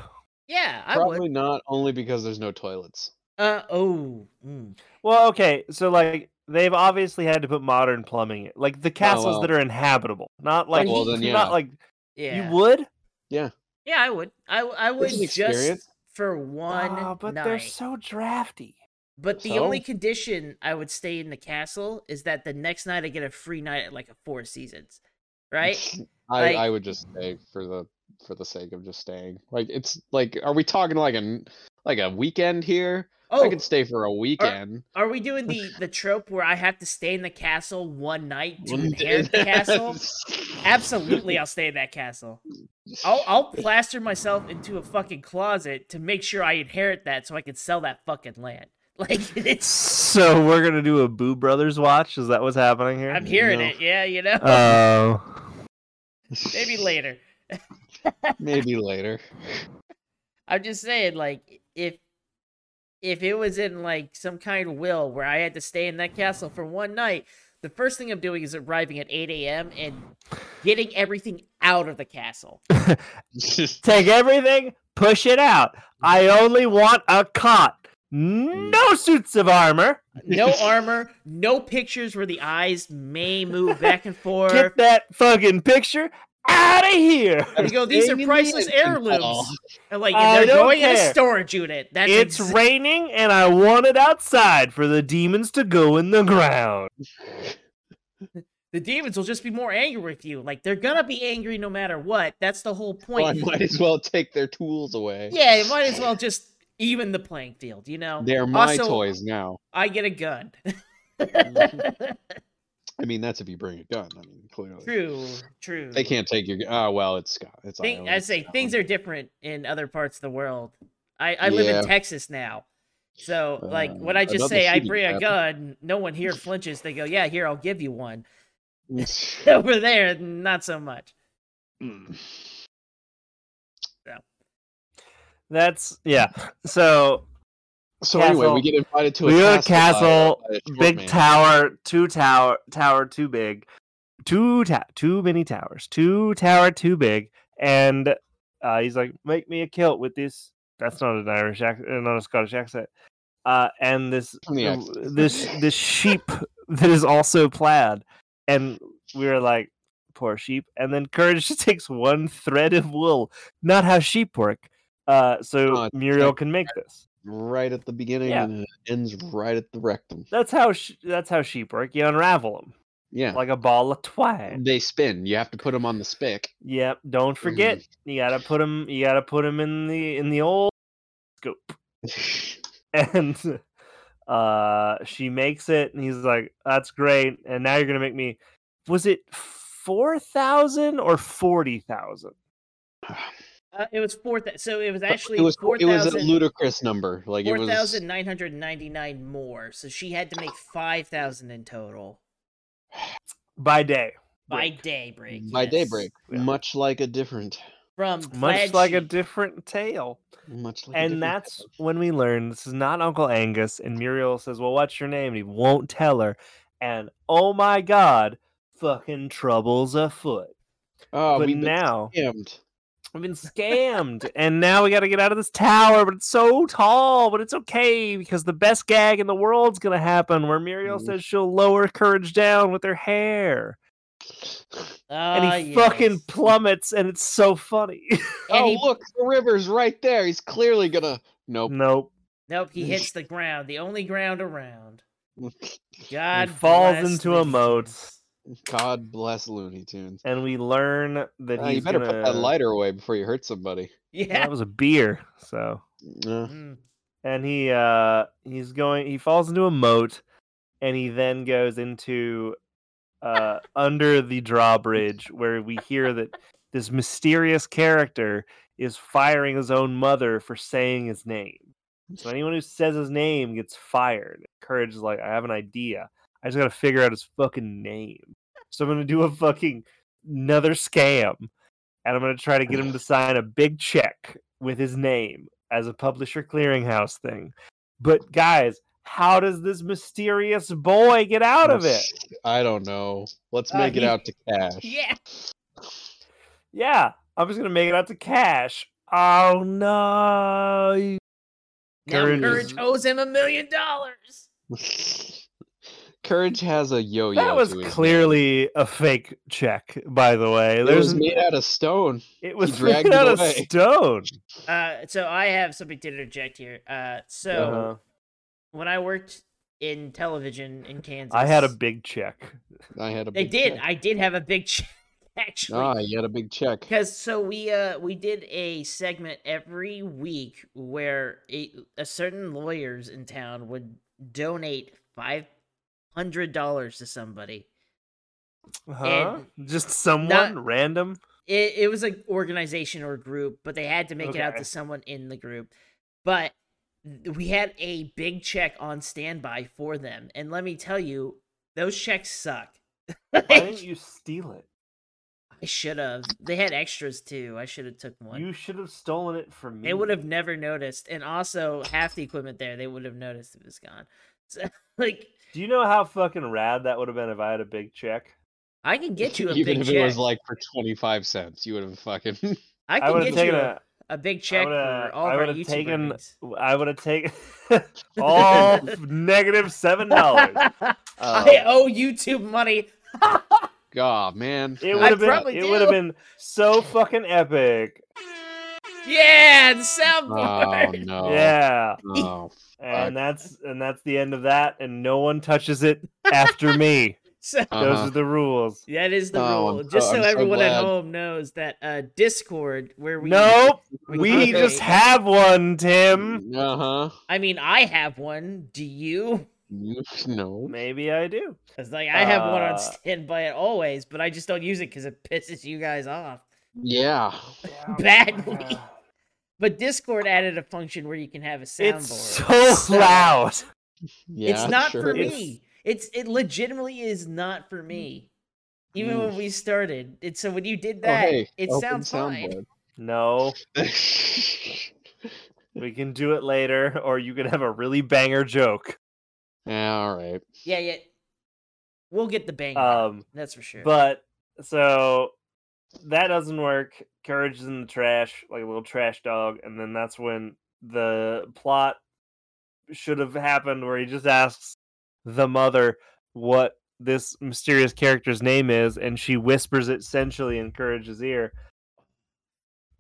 [SPEAKER 2] Yeah, I
[SPEAKER 1] Probably
[SPEAKER 2] would.
[SPEAKER 1] not, only because there's no toilets.
[SPEAKER 2] Uh oh. mm.
[SPEAKER 3] Well, okay, so like they've obviously had to put modern plumbing, in. like the castles
[SPEAKER 1] well.
[SPEAKER 3] that are inhabitable, not like
[SPEAKER 1] Well, then, yeah.
[SPEAKER 3] not like
[SPEAKER 2] Yeah.
[SPEAKER 3] you would.
[SPEAKER 2] Yeah, I would. I w- I would
[SPEAKER 1] an
[SPEAKER 2] just
[SPEAKER 1] experience.
[SPEAKER 2] for one
[SPEAKER 3] Ah, but
[SPEAKER 2] night.
[SPEAKER 3] they're so drafty.
[SPEAKER 2] But the only
[SPEAKER 1] So?
[SPEAKER 2] condition I would stay in the castle is that the next night I get a free night at like a Four Seasons, right?
[SPEAKER 1] I,
[SPEAKER 2] Like-
[SPEAKER 1] I would just stay for the for the sake of just staying. Like it's like, are we talking like a like a weekend here?
[SPEAKER 2] Oh,
[SPEAKER 1] I could stay for a weekend.
[SPEAKER 2] are we doing the the trope where I have to stay in the castle one night to
[SPEAKER 1] Wouldn't
[SPEAKER 2] inherit the
[SPEAKER 1] it?
[SPEAKER 2] castle? Absolutely, I'll stay in that castle. I'll I'll plaster myself into a fucking closet to make sure I inherit that so I can sell that fucking land. Like it's,
[SPEAKER 3] So we're gonna do a Boo Brothers watch. Is that what's happening here?
[SPEAKER 2] I'm hearing
[SPEAKER 1] No.
[SPEAKER 2] it. Yeah, you Uh, know,
[SPEAKER 3] Oh,
[SPEAKER 2] maybe later.
[SPEAKER 1] Maybe later.
[SPEAKER 2] I'm just saying, like, if if it was in like some kind of will where I had to stay in that castle for one night, the first thing I'm doing is arriving at 8 a.m. and getting everything out of the castle.
[SPEAKER 3] take everything, push it out. I only want a cot. No suits of armor.
[SPEAKER 2] No armor, no pictures where the eyes may move back and forth.
[SPEAKER 3] Get that fucking picture out of here.
[SPEAKER 2] you go, these are
[SPEAKER 1] Staying in the
[SPEAKER 2] priceless
[SPEAKER 1] infant hall.
[SPEAKER 2] heirlooms. And like
[SPEAKER 3] I
[SPEAKER 2] they're
[SPEAKER 3] don't
[SPEAKER 2] going in a
[SPEAKER 3] care.
[SPEAKER 2] storage unit. That's
[SPEAKER 3] It's
[SPEAKER 2] exa-
[SPEAKER 3] raining and I want it outside for the demons to go in the ground.
[SPEAKER 2] the demons will just be more angry with you. Like they're gonna be angry no matter what. That's the whole
[SPEAKER 1] Well, Oh, I
[SPEAKER 2] point.
[SPEAKER 1] might as well take their tools away.
[SPEAKER 2] Yeah, it might as well just even the playing field, you know?
[SPEAKER 1] They're my
[SPEAKER 2] Also-
[SPEAKER 1] toys now.
[SPEAKER 2] I get a gun.
[SPEAKER 1] I mean, that's if you bring a gun. I mean, clearly.
[SPEAKER 2] true, true.
[SPEAKER 1] They can't take your. gu- Oh well, it's Scott. It's
[SPEAKER 2] Thing-
[SPEAKER 1] Iowa,
[SPEAKER 2] I
[SPEAKER 1] it's
[SPEAKER 2] say
[SPEAKER 1] Scotland.
[SPEAKER 2] things are different in other parts of the world. I, I live
[SPEAKER 1] Yeah.
[SPEAKER 2] in Texas now. So, like, when
[SPEAKER 1] Uh,
[SPEAKER 2] I just
[SPEAKER 1] another
[SPEAKER 2] say I
[SPEAKER 1] shooting
[SPEAKER 2] bring a
[SPEAKER 1] app.
[SPEAKER 2] gun, no one here flinches. They go, "Yeah, here, I'll give you one." Over there, not so much.
[SPEAKER 3] That's yeah. So
[SPEAKER 1] so anyway,
[SPEAKER 3] Castle.
[SPEAKER 1] we get invited to a
[SPEAKER 3] we go to
[SPEAKER 1] castle. by-
[SPEAKER 3] castle,
[SPEAKER 1] by a short
[SPEAKER 3] big
[SPEAKER 1] man.
[SPEAKER 3] tower, two tower, tower too big, two ta- too many towers, two tower too big, and uh, he's like, make me a kilt with this. That's not an Irish accent, not a Scottish accent. Uh, and this
[SPEAKER 1] From the
[SPEAKER 3] uh,
[SPEAKER 1] accent.
[SPEAKER 3] this this sheep that is also plaid, and we were like, poor sheep. And then courage just takes one thread of wool, not how sheep work. Uh, so
[SPEAKER 1] Oh, it's
[SPEAKER 3] Muriel
[SPEAKER 1] like-
[SPEAKER 3] can make this.
[SPEAKER 1] right at the beginning
[SPEAKER 3] Yeah.
[SPEAKER 1] and it ends right at the rectum.
[SPEAKER 3] That's how sh- that's how sheep work. You unravel them
[SPEAKER 1] Yeah.
[SPEAKER 3] like a ball of twine.
[SPEAKER 1] They spin. You have to put them on the spick.
[SPEAKER 3] Yep. Don't forget,
[SPEAKER 1] mm-hmm.
[SPEAKER 3] you gotta put them. You gotta put them in the in the old scope. And uh, she makes it, and he's like, "That's great." And now you're gonna make me. Was it four thousand or forty thousand?
[SPEAKER 2] Uh, it was four. Th- so it was actually
[SPEAKER 1] it was
[SPEAKER 2] four
[SPEAKER 1] it was a
[SPEAKER 2] thousand-
[SPEAKER 1] ludicrous number. Like it
[SPEAKER 2] four
[SPEAKER 1] was
[SPEAKER 2] thousand nine hundred ninety nine more. So she had to make five thousand in total
[SPEAKER 3] by day.
[SPEAKER 2] by
[SPEAKER 3] Break.
[SPEAKER 2] daybreak.
[SPEAKER 1] by
[SPEAKER 2] yes.
[SPEAKER 1] daybreak,
[SPEAKER 3] Yeah.
[SPEAKER 1] much like a different,
[SPEAKER 2] From
[SPEAKER 3] Much
[SPEAKER 2] plaid
[SPEAKER 3] like a
[SPEAKER 2] sheep-
[SPEAKER 3] different tale.
[SPEAKER 1] much like. a different
[SPEAKER 3] and
[SPEAKER 1] type
[SPEAKER 3] that's when we learn this is not Uncle Angus. And Muriel says, "Well, what's your name?" And he won't tell her. And oh my God, fucking troubles afoot.
[SPEAKER 1] of- Oh,
[SPEAKER 3] but
[SPEAKER 1] we've been
[SPEAKER 3] now
[SPEAKER 1] scammed.
[SPEAKER 3] we've been scammed, and now we got to get out of this tower. But it's so tall. But it's okay because the best gag in the world's gonna happen, where Muriel
[SPEAKER 1] Mhm.
[SPEAKER 3] says she'll lower Courage down with her hair, and
[SPEAKER 2] Ah,
[SPEAKER 3] he fucking
[SPEAKER 2] yes.
[SPEAKER 3] plummets, and it's so funny.
[SPEAKER 2] And
[SPEAKER 1] oh,
[SPEAKER 2] he-
[SPEAKER 1] look, the river's right there. He's clearly gonna. Nope.
[SPEAKER 3] nope.
[SPEAKER 2] Nope, he hits the ground, the only ground around. God
[SPEAKER 3] And falls
[SPEAKER 2] bless
[SPEAKER 3] into a
[SPEAKER 2] Looney
[SPEAKER 3] moat.
[SPEAKER 2] Tunes.
[SPEAKER 1] God bless Looney Tunes.
[SPEAKER 3] And we learn that
[SPEAKER 1] Uh,
[SPEAKER 3] he's
[SPEAKER 1] you better put that
[SPEAKER 3] gonna-
[SPEAKER 1] lighter away before you hurt somebody.
[SPEAKER 2] Yeah.
[SPEAKER 3] That was a beer, so.
[SPEAKER 1] Uh,
[SPEAKER 2] Mm.
[SPEAKER 3] and he uh he's going he falls into a moat and he then goes into uh under the drawbridge where we hear that this mysterious character is firing his own mother for saying his name so anyone who says his name gets fired courage is like i have an idea i just gotta figure out his fucking name so i'm gonna do a fucking another scam and i'm gonna try to get him to sign a big check with his name as a publisher clearinghouse thing. But guys, how does this mysterious boy get out of it?
[SPEAKER 1] I don't know. Let's
[SPEAKER 2] Uh,
[SPEAKER 1] make it
[SPEAKER 2] he-
[SPEAKER 1] out to cash.
[SPEAKER 2] Yeah.
[SPEAKER 3] Yeah, I'm just gonna make it out to cash. Oh no!
[SPEAKER 2] Now
[SPEAKER 3] Courage
[SPEAKER 2] Courage
[SPEAKER 3] is-
[SPEAKER 2] owes him a million dollars.
[SPEAKER 1] Courage has a yo-yo.
[SPEAKER 3] That was
[SPEAKER 1] to his name.
[SPEAKER 3] clearly a fake check, by the way.
[SPEAKER 1] It was
[SPEAKER 3] There's
[SPEAKER 1] made out of stone.
[SPEAKER 3] it was
[SPEAKER 1] dragged
[SPEAKER 3] made
[SPEAKER 1] it
[SPEAKER 3] out of
[SPEAKER 1] away.
[SPEAKER 3] stone.
[SPEAKER 2] Uh, so I have something to interject here. Uh, so
[SPEAKER 3] Uh-huh.
[SPEAKER 2] when I worked in television in Kansas,
[SPEAKER 3] I had a big check.
[SPEAKER 1] I had a.
[SPEAKER 2] They
[SPEAKER 1] big
[SPEAKER 2] did.
[SPEAKER 1] Check.
[SPEAKER 2] I did have a big check actually.
[SPEAKER 1] Ah, you had a big check.
[SPEAKER 2] because so we uh we did a segment every week where a, a certain lawyers in town would donate five hundred dollars to somebody
[SPEAKER 3] Huh? Just someone random.
[SPEAKER 2] it, it was an organization or group but they had to make it out
[SPEAKER 3] Okay.
[SPEAKER 2] to someone in the group but th- we had a big check on standby for them and let me tell you those checks suck
[SPEAKER 3] Why didn't you steal it?
[SPEAKER 2] i should have they had extras too i should have took one
[SPEAKER 3] You should have stolen it from me.
[SPEAKER 2] They would have never noticed, and also half the equipment there, they would have noticed if it was gone. So, like,
[SPEAKER 3] Do you know how fucking rad that would have been if I had a big check?
[SPEAKER 2] I can get you a
[SPEAKER 1] Even
[SPEAKER 2] big
[SPEAKER 1] if
[SPEAKER 2] check.
[SPEAKER 1] it was like for twenty-five cents, you would have fucking.
[SPEAKER 3] Oh.
[SPEAKER 2] I
[SPEAKER 3] I
[SPEAKER 2] can
[SPEAKER 3] would have
[SPEAKER 2] get you
[SPEAKER 3] taken
[SPEAKER 2] a,
[SPEAKER 3] a.
[SPEAKER 2] a big check
[SPEAKER 3] would've-
[SPEAKER 2] for all
[SPEAKER 3] I
[SPEAKER 2] of our
[SPEAKER 3] would've
[SPEAKER 2] YouTube
[SPEAKER 3] taken-
[SPEAKER 2] earnings.
[SPEAKER 3] I would have taken all f- negative seven dollars.
[SPEAKER 1] Oh.
[SPEAKER 2] I uh, owe YouTube money.
[SPEAKER 1] God, man. I-
[SPEAKER 3] It would have been.
[SPEAKER 2] probably
[SPEAKER 3] It
[SPEAKER 2] do.
[SPEAKER 3] would have been so fucking epic.
[SPEAKER 2] Yeah, the
[SPEAKER 1] Oh
[SPEAKER 2] soundboard.
[SPEAKER 1] no.
[SPEAKER 3] Yeah,
[SPEAKER 1] Oh,
[SPEAKER 3] and that's and that's the end of that. And no one touches it after me.
[SPEAKER 2] So
[SPEAKER 3] Those
[SPEAKER 1] uh-huh.
[SPEAKER 3] are the rules.
[SPEAKER 2] that is the
[SPEAKER 1] Oh, I'm
[SPEAKER 2] rule.
[SPEAKER 1] so-
[SPEAKER 2] Just so,
[SPEAKER 1] I'm so
[SPEAKER 2] everyone at
[SPEAKER 1] glad.
[SPEAKER 2] home knows that uh, Discord, where we
[SPEAKER 3] Nope,
[SPEAKER 2] we
[SPEAKER 3] we
[SPEAKER 2] debate-
[SPEAKER 3] just have one, Tim.
[SPEAKER 1] Uh huh.
[SPEAKER 2] I mean, I have one. Do you?
[SPEAKER 1] No.
[SPEAKER 3] Maybe I do.
[SPEAKER 2] It's like I have one
[SPEAKER 3] Uh,
[SPEAKER 2] on standby at always, but I just don't use it because it pisses you guys off.
[SPEAKER 1] Yeah.
[SPEAKER 2] Badly. But Discord added a function where you can have a soundboard.
[SPEAKER 3] It's so loud.
[SPEAKER 1] Yeah,
[SPEAKER 2] it's not
[SPEAKER 1] sure
[SPEAKER 2] for
[SPEAKER 1] it is.
[SPEAKER 2] me. It's it legitimately is not for me. Even when we started, and so when you did
[SPEAKER 1] Oh,
[SPEAKER 2] that,
[SPEAKER 1] hey,
[SPEAKER 2] it
[SPEAKER 1] open
[SPEAKER 2] sounds fine.
[SPEAKER 3] No,
[SPEAKER 1] soundboard.
[SPEAKER 3] we can do it later, or you can have a really banger joke.
[SPEAKER 1] yeah, all right.
[SPEAKER 2] Yeah, yeah. We'll get the bang.
[SPEAKER 1] Uh,
[SPEAKER 2] out,
[SPEAKER 3] Um,
[SPEAKER 2] that's for sure.
[SPEAKER 3] but so that doesn't work. Courage is in the trash, like a little trash dog, and then that's when the plot should have happened, where he just asks the mother what this mysterious character's name is, and she whispers it sensually in Courage's ear.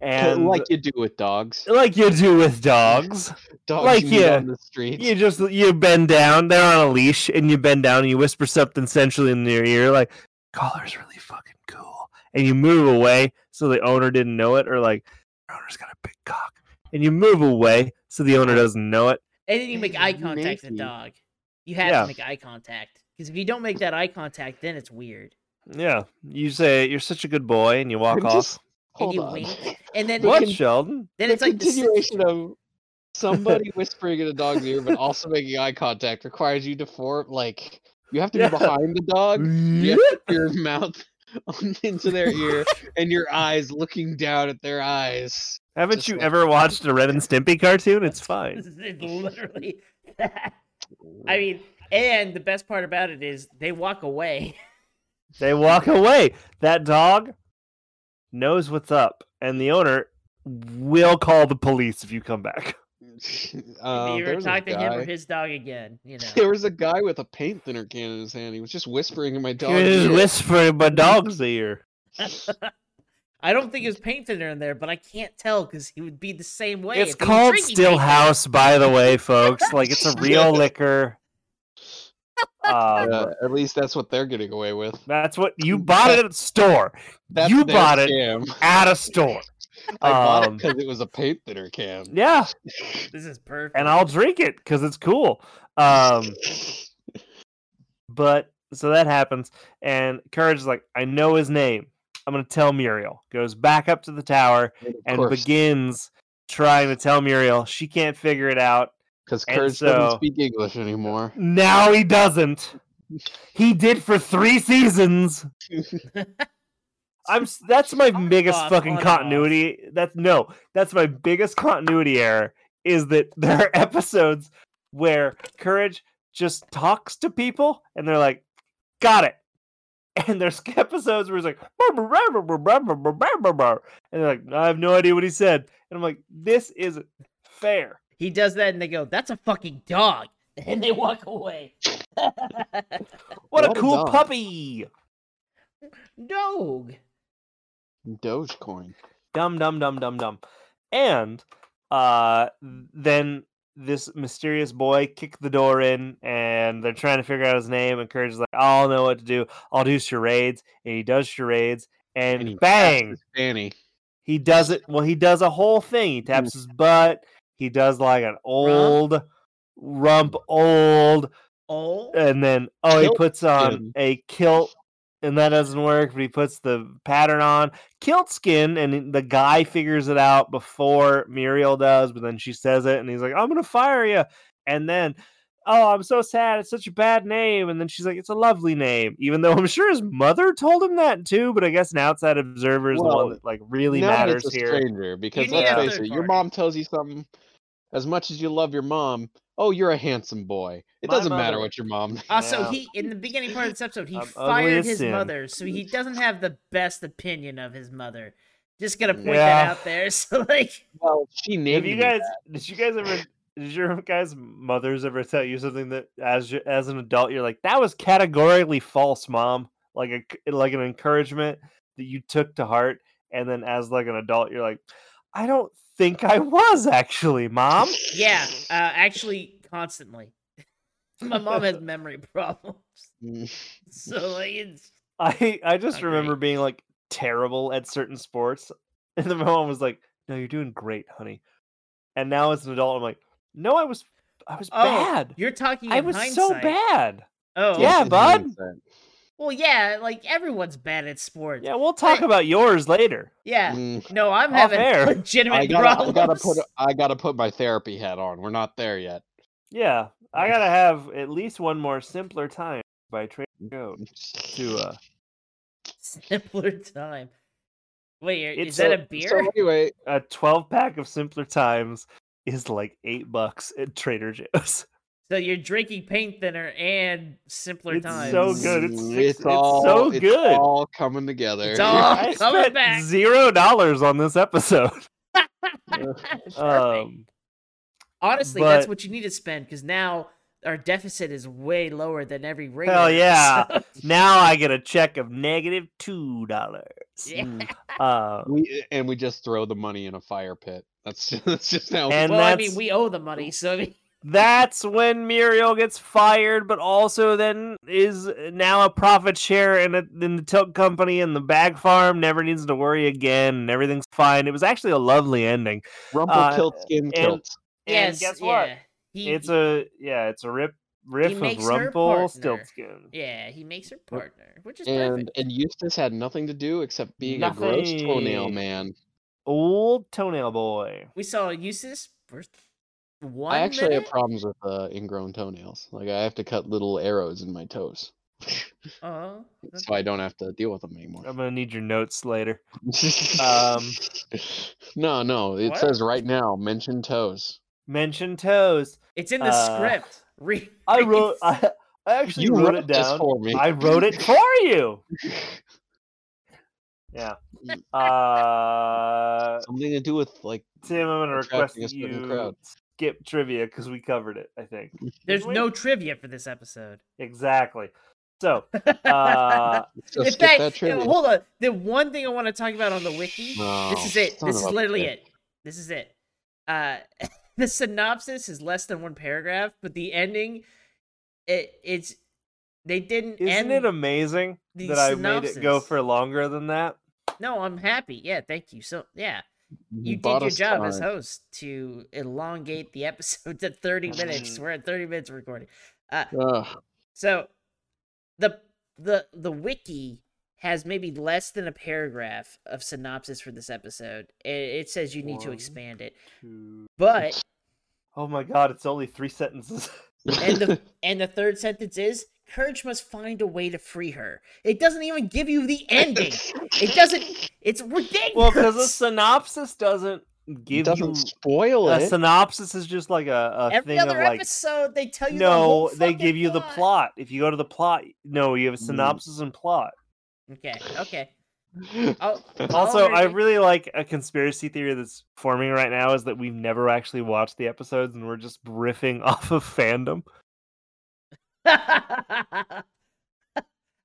[SPEAKER 3] And
[SPEAKER 1] like
[SPEAKER 3] like,
[SPEAKER 1] you do with dogs.
[SPEAKER 3] like you do with dogs,
[SPEAKER 1] Dogs
[SPEAKER 3] like
[SPEAKER 1] meet
[SPEAKER 3] you-
[SPEAKER 1] on the street.
[SPEAKER 3] you just you bend down. They're on a leash, and you bend down and you whisper something sensually in their ear, like "Collar's really fucking cool," and you move away so the owner didn't know it, or like "Your "Owner's got a big cock," and you move away so the owner doesn't know it.
[SPEAKER 2] and then you make eye contact with the
[SPEAKER 1] Maybe.
[SPEAKER 2] dog. You have
[SPEAKER 3] Yeah.
[SPEAKER 2] to make eye contact because if you don't make that eye contact, then it's weird.
[SPEAKER 3] Yeah, you say you're such a good boy, and you walk
[SPEAKER 1] I'm
[SPEAKER 3] off.
[SPEAKER 1] just-
[SPEAKER 2] And
[SPEAKER 1] hold
[SPEAKER 2] you
[SPEAKER 1] on.
[SPEAKER 2] wink. And then
[SPEAKER 3] what,
[SPEAKER 1] can-
[SPEAKER 3] Sheldon?
[SPEAKER 2] then
[SPEAKER 1] the
[SPEAKER 2] it's like the Sim-
[SPEAKER 1] continuation of somebody whispering in a dog's ear but also making eye contact requires you to form like you have to
[SPEAKER 3] Yeah.
[SPEAKER 1] be behind the dog you have to put your mouth on- into their ear and your eyes looking down at their eyes
[SPEAKER 3] Haven't
[SPEAKER 1] just
[SPEAKER 3] you
[SPEAKER 1] like-
[SPEAKER 3] ever watched a Ren and Stimpy cartoon? It's fine.
[SPEAKER 2] it's literally that. I mean, and the best part about it is they walk away.
[SPEAKER 3] They walk away. That dog knows what's up, and the owner will call the police if you come back.
[SPEAKER 1] uh,
[SPEAKER 2] you
[SPEAKER 1] there
[SPEAKER 2] ever
[SPEAKER 1] was a
[SPEAKER 2] talk to him or
[SPEAKER 1] guy-
[SPEAKER 2] his dog again? You know.
[SPEAKER 1] there was a guy with a paint thinner can in his hand he was just whispering in my
[SPEAKER 3] You
[SPEAKER 1] dog's
[SPEAKER 3] just
[SPEAKER 1] ear.
[SPEAKER 3] whisper in my dog's ear.
[SPEAKER 2] I don't think it was paint thinner in there, but I can't tell because he would be the same way.
[SPEAKER 3] It's
[SPEAKER 2] if he was
[SPEAKER 3] called
[SPEAKER 2] drinking
[SPEAKER 3] Still
[SPEAKER 2] paint thinner.
[SPEAKER 3] House, by the way, folks. Like it's a real liquor. Um,
[SPEAKER 1] Uh, at least that's what they're getting away with
[SPEAKER 3] That's what you bought it at a store.
[SPEAKER 1] that's
[SPEAKER 3] You
[SPEAKER 1] their
[SPEAKER 3] bought it.
[SPEAKER 1] scam.
[SPEAKER 3] At a store.
[SPEAKER 1] i bought it
[SPEAKER 3] Um,
[SPEAKER 1] because it was a paint thinner can
[SPEAKER 3] Yeah.
[SPEAKER 2] This is perfect.
[SPEAKER 3] And I'll drink it because it's cool. Um But so that happens, and Courage is like, I know his name. I'm gonna tell Muriel. Goes back up to the tower and begins trying to tell Muriel. She can't figure it out.
[SPEAKER 1] Because
[SPEAKER 3] And
[SPEAKER 1] Courage
[SPEAKER 3] so-
[SPEAKER 1] doesn't speak English anymore.
[SPEAKER 3] Now he doesn't. He did for three seasons. I'm s- that's my
[SPEAKER 2] On and
[SPEAKER 3] biggest
[SPEAKER 2] off, on
[SPEAKER 3] fucking
[SPEAKER 2] and off.
[SPEAKER 3] continuity. That's no, that's my biggest continuity error is that there are episodes where Courage just talks to people and they're like, "Got it." And there's episodes where he's like, "Brr, brr, brr, brr, brr, brr, brr, brr, brr, brr," and they're like, "I have no idea what he said." And I'm like, "This isn't fair."
[SPEAKER 2] he does that, and they go, "That's a fucking dog," and they walk away.
[SPEAKER 3] What,
[SPEAKER 1] What
[SPEAKER 3] a
[SPEAKER 1] a
[SPEAKER 3] cool
[SPEAKER 1] dog.
[SPEAKER 3] puppy!
[SPEAKER 2] dog.
[SPEAKER 1] Dogecoin.
[SPEAKER 3] Dum dum dum dum dum. And uh then this mysterious boy kicked the door in and they're trying to figure out his name and Courage is like, I'll know what to do. I'll do charades. And he does charades and,
[SPEAKER 1] he taps
[SPEAKER 3] bang!
[SPEAKER 1] his Fanny.
[SPEAKER 3] He does it well, he does a whole thing.
[SPEAKER 1] Mm.
[SPEAKER 3] He taps his butt, he does like an old rump old
[SPEAKER 2] Oh,
[SPEAKER 3] and then oh he
[SPEAKER 1] Kilt
[SPEAKER 3] puts on
[SPEAKER 1] skin.
[SPEAKER 3] a kilt and that doesn't work but he puts the pattern on kilt skin and then the guy figures it out before muriel does but then she says it and he's like i'm gonna fire you and then oh i'm so sad it's such a bad name and then she's like it's a lovely name even though i'm sure his mother told him that too but i guess an outside observer is the
[SPEAKER 1] Well,
[SPEAKER 3] one that like really
[SPEAKER 1] now
[SPEAKER 3] matters
[SPEAKER 1] it's a
[SPEAKER 3] here
[SPEAKER 1] stranger because
[SPEAKER 2] need
[SPEAKER 1] let's
[SPEAKER 3] a
[SPEAKER 1] face
[SPEAKER 2] third
[SPEAKER 1] it, your
[SPEAKER 2] party.
[SPEAKER 1] mom tells you something. As much as you love your mom, oh, you're a handsome boy. It
[SPEAKER 3] My
[SPEAKER 1] doesn't matter
[SPEAKER 3] mother-
[SPEAKER 1] what your mom.
[SPEAKER 2] also
[SPEAKER 3] Yeah.
[SPEAKER 2] Uh, Ah, he in the beginning part of this episode he
[SPEAKER 3] I'm ugly
[SPEAKER 2] fired
[SPEAKER 3] as
[SPEAKER 2] his
[SPEAKER 3] sin.
[SPEAKER 2] mother, so he doesn't have the best opinion of his mother. Just gonna point that
[SPEAKER 3] Yeah.
[SPEAKER 2] out there. So like,
[SPEAKER 1] Well, she named
[SPEAKER 3] Have you
[SPEAKER 1] me
[SPEAKER 3] guys? Did you guys ever? Did your guys' mothers ever tell you something that, as you, as an adult, you're like, that was categorically false, mom? Like a c- like an encouragement that you took to heart, and then as like an adult, you're like, I don't think I was actually, mom.
[SPEAKER 2] yeah, uh, actually, constantly. My mom has memory problems,
[SPEAKER 1] Mm.
[SPEAKER 2] so like it's
[SPEAKER 3] I I just
[SPEAKER 2] Not
[SPEAKER 3] remember
[SPEAKER 2] great.
[SPEAKER 3] being like terrible at certain sports, and then my mom was like, "No, you're doing great, honey." And now as an adult, I'm like, "No, I was I was
[SPEAKER 2] oh,
[SPEAKER 3] bad.
[SPEAKER 2] You're talking.
[SPEAKER 3] I
[SPEAKER 2] in
[SPEAKER 3] was so
[SPEAKER 2] hindsight.
[SPEAKER 3] bad."
[SPEAKER 2] Oh,
[SPEAKER 3] Yeah,
[SPEAKER 1] Yes, in
[SPEAKER 3] bud.
[SPEAKER 1] hindsight.
[SPEAKER 2] Well, yeah, like everyone's bad at sports.
[SPEAKER 3] Yeah, we'll talk about yours later.
[SPEAKER 2] Yeah.
[SPEAKER 1] Mm,
[SPEAKER 2] No, I'm
[SPEAKER 3] Off
[SPEAKER 2] having
[SPEAKER 3] air.
[SPEAKER 1] I
[SPEAKER 2] legitimate
[SPEAKER 1] gotta, I
[SPEAKER 2] problems.
[SPEAKER 1] gotta put I gotta put my therapy hat on. We're not there yet.
[SPEAKER 3] Yeah, I gotta have at least one more simpler time by Trader Joe to uh.
[SPEAKER 2] simpler time. Wait, are-
[SPEAKER 3] It's
[SPEAKER 2] is that
[SPEAKER 3] a-
[SPEAKER 2] a beer?
[SPEAKER 1] So anyway,
[SPEAKER 3] a 12 pack of simpler times is like eight bucks at Trader Joe's.
[SPEAKER 2] So you're drinking paint thinner and simpler
[SPEAKER 3] It's
[SPEAKER 2] times.
[SPEAKER 3] so good. It's
[SPEAKER 1] mm,
[SPEAKER 3] six- it's so
[SPEAKER 1] it's
[SPEAKER 3] good.
[SPEAKER 1] all coming together.
[SPEAKER 2] It's all-
[SPEAKER 3] I
[SPEAKER 2] Oh, coming
[SPEAKER 3] spent
[SPEAKER 2] back.
[SPEAKER 3] zero dollars on this episode.
[SPEAKER 2] Perfect.
[SPEAKER 3] Um,
[SPEAKER 2] Honestly, that's
[SPEAKER 3] but-
[SPEAKER 2] what you need to spend because now our deficit is way lower than every regular.
[SPEAKER 3] hell yeah!
[SPEAKER 2] so-
[SPEAKER 3] now I get a check of negative two dollars.
[SPEAKER 2] yeah.
[SPEAKER 3] Uh,
[SPEAKER 1] we and we just throw the money in a fire pit. That's just, that's just how.
[SPEAKER 3] And
[SPEAKER 2] well, I mean,
[SPEAKER 3] that's-
[SPEAKER 2] we owe the money, so I mean,
[SPEAKER 3] that's when Muriel gets fired, but also then is now a profit share in, a, in the tilt company and the bag farm never needs to worry again and everything's fine. It was actually a lovely ending.
[SPEAKER 1] Rumple kilt skin
[SPEAKER 3] and-
[SPEAKER 1] kilt.
[SPEAKER 3] And
[SPEAKER 2] yes,
[SPEAKER 3] guess what?
[SPEAKER 2] yeah. He,
[SPEAKER 3] it's a yeah, it's a rip riff of
[SPEAKER 2] makes her
[SPEAKER 3] Rumpelstiltskin.
[SPEAKER 2] yeah, he makes her partner, which is
[SPEAKER 1] And
[SPEAKER 2] perfect.
[SPEAKER 1] and Eustace had nothing to do except being a gross toenail
[SPEAKER 3] Nothing.
[SPEAKER 1] man.
[SPEAKER 3] Old toenail boy.
[SPEAKER 2] We saw Eustace first one.
[SPEAKER 1] I actually
[SPEAKER 2] minute?
[SPEAKER 1] have problems with uh, ingrown toenails. Like I have to cut little arrows in my toes,
[SPEAKER 2] Oh, that's-
[SPEAKER 1] so I don't have to deal with them anymore.
[SPEAKER 3] I'm gonna need your notes later. Um,
[SPEAKER 1] no, no. It
[SPEAKER 2] What?
[SPEAKER 1] says right now, mention toes.
[SPEAKER 3] Mention toes.
[SPEAKER 2] it's in the
[SPEAKER 3] uh,
[SPEAKER 2] script. Read.
[SPEAKER 3] I wrote. I, I actually
[SPEAKER 1] you
[SPEAKER 3] wrote, it
[SPEAKER 1] this
[SPEAKER 3] down.
[SPEAKER 1] for me.
[SPEAKER 3] I wrote it for you. Yeah. Uh,
[SPEAKER 1] Something to do with like
[SPEAKER 3] Tim, I'm gonna request
[SPEAKER 1] Attracting a
[SPEAKER 3] that
[SPEAKER 1] certain
[SPEAKER 3] you
[SPEAKER 1] crowd.
[SPEAKER 3] skip trivia because we covered it. I think
[SPEAKER 2] There's
[SPEAKER 3] Didn't we?
[SPEAKER 2] no trivia for this episode.
[SPEAKER 3] exactly. So, uh,
[SPEAKER 1] let's
[SPEAKER 2] In
[SPEAKER 1] just skip
[SPEAKER 2] fact,
[SPEAKER 1] that
[SPEAKER 2] yeah,
[SPEAKER 1] trivia.
[SPEAKER 2] hold on. The one thing I want to talk about on the wiki.
[SPEAKER 1] No,
[SPEAKER 2] this is it.
[SPEAKER 1] son
[SPEAKER 2] This
[SPEAKER 1] of
[SPEAKER 2] is
[SPEAKER 1] a
[SPEAKER 2] literally
[SPEAKER 1] bitch.
[SPEAKER 2] it. This is it. Uh, the synopsis is less than one paragraph, but the ending, it it's they didn't
[SPEAKER 3] isn't
[SPEAKER 2] end
[SPEAKER 3] it amazing
[SPEAKER 2] the
[SPEAKER 3] that I made it go
[SPEAKER 2] synopsis.
[SPEAKER 3] for longer than that?
[SPEAKER 2] No, I'm happy. Yeah, thank you. So yeah, you
[SPEAKER 1] bought
[SPEAKER 2] did your
[SPEAKER 1] us
[SPEAKER 2] job as
[SPEAKER 1] time.
[SPEAKER 2] host to elongate the episode to 30 minutes.
[SPEAKER 1] Mm.
[SPEAKER 2] We're at 30 minutes of recording. Uh,
[SPEAKER 1] Ugh,
[SPEAKER 2] So the the the wiki has maybe less than a paragraph of synopsis for this episode. It, it says you need to
[SPEAKER 3] One.
[SPEAKER 2] expand it.
[SPEAKER 3] Two-
[SPEAKER 2] But
[SPEAKER 3] Oh my god, it's only three sentences.
[SPEAKER 2] and the and the third sentence is courage must find a way to free her. It doesn't even give you the ending. It doesn't it's ridiculous.
[SPEAKER 3] well, because a synopsis doesn't
[SPEAKER 1] It
[SPEAKER 3] give
[SPEAKER 1] doesn't
[SPEAKER 3] you
[SPEAKER 1] spoil
[SPEAKER 3] a
[SPEAKER 1] it.
[SPEAKER 3] synopsis is just like a, a
[SPEAKER 2] Every
[SPEAKER 3] thing of
[SPEAKER 2] other
[SPEAKER 3] like
[SPEAKER 2] episode they tell you the whole
[SPEAKER 3] no, they
[SPEAKER 2] fucking
[SPEAKER 3] give you the plot. If you go to the plot, no, you have a
[SPEAKER 1] Mm.
[SPEAKER 3] synopsis and plot.
[SPEAKER 2] Okay, okay. I'll,
[SPEAKER 3] Also, I
[SPEAKER 2] really.
[SPEAKER 3] really like a conspiracy theory that's forming right now is that we've never actually watched the episodes and we're just riffing off of fandom.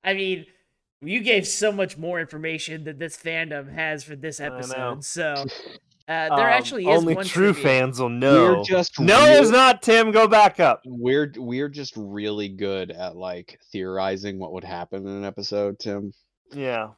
[SPEAKER 2] I mean, you gave so much more information that this fandom has for this
[SPEAKER 3] I know.
[SPEAKER 2] episode. So uh, there
[SPEAKER 3] Um,
[SPEAKER 2] actually is
[SPEAKER 3] only
[SPEAKER 2] one
[SPEAKER 3] true
[SPEAKER 2] trivia.
[SPEAKER 3] fans will
[SPEAKER 1] We're
[SPEAKER 3] know.
[SPEAKER 1] just
[SPEAKER 3] No,
[SPEAKER 1] real-
[SPEAKER 3] it's not Tim. Go back up.
[SPEAKER 1] We're we're just really good at like theorizing what would happen in an episode, Tim.
[SPEAKER 3] Yeah.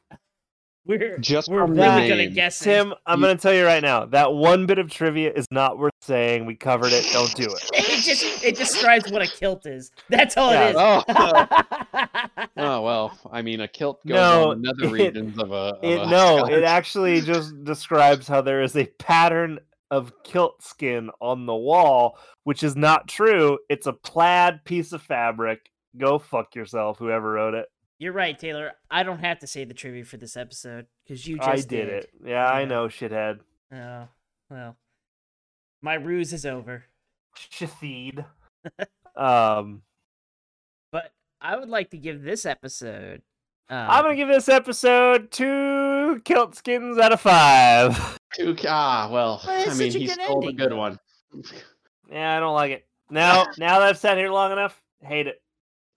[SPEAKER 2] We're
[SPEAKER 1] Just
[SPEAKER 2] we're
[SPEAKER 1] from
[SPEAKER 2] really
[SPEAKER 1] the
[SPEAKER 2] good at
[SPEAKER 1] name.
[SPEAKER 2] guessing.
[SPEAKER 3] Tim, I'm
[SPEAKER 1] You-
[SPEAKER 3] going to tell you right now that one bit of trivia is not worth saying. We covered it. Don't do it.
[SPEAKER 2] It just it describes what a kilt is. That's all
[SPEAKER 3] Yeah, Uh.
[SPEAKER 2] it is. Uh,
[SPEAKER 1] Oh, oh, well, I mean, a kilt goes
[SPEAKER 3] No,
[SPEAKER 1] on another
[SPEAKER 3] it-
[SPEAKER 1] regions of a. Of
[SPEAKER 3] It,
[SPEAKER 1] a
[SPEAKER 3] no,
[SPEAKER 1] scarf.
[SPEAKER 3] it actually just describes how there is a pattern of kilt skin on the wall, which is not true. It's a plaid piece of fabric. Go fuck yourself, whoever wrote it.
[SPEAKER 2] You're right, Taylor. I don't have to say the trivia for this episode because you just
[SPEAKER 3] I did, it. Yeah, I
[SPEAKER 2] Yeah.
[SPEAKER 3] know, shithead.
[SPEAKER 2] Oh well, my ruse is over.
[SPEAKER 3] Shithed. um,
[SPEAKER 2] But I would like to give this episode. Um,
[SPEAKER 3] I'm gonna give this episode two kilt skins out of five.
[SPEAKER 1] Two, ah, well,
[SPEAKER 2] But it's
[SPEAKER 1] I mean,
[SPEAKER 2] such a
[SPEAKER 1] he
[SPEAKER 2] good
[SPEAKER 1] stole the
[SPEAKER 2] ending,
[SPEAKER 1] good
[SPEAKER 2] though.
[SPEAKER 1] one.
[SPEAKER 3] Yeah, I don't like it. Now, now that I've sat here long enough, hate it.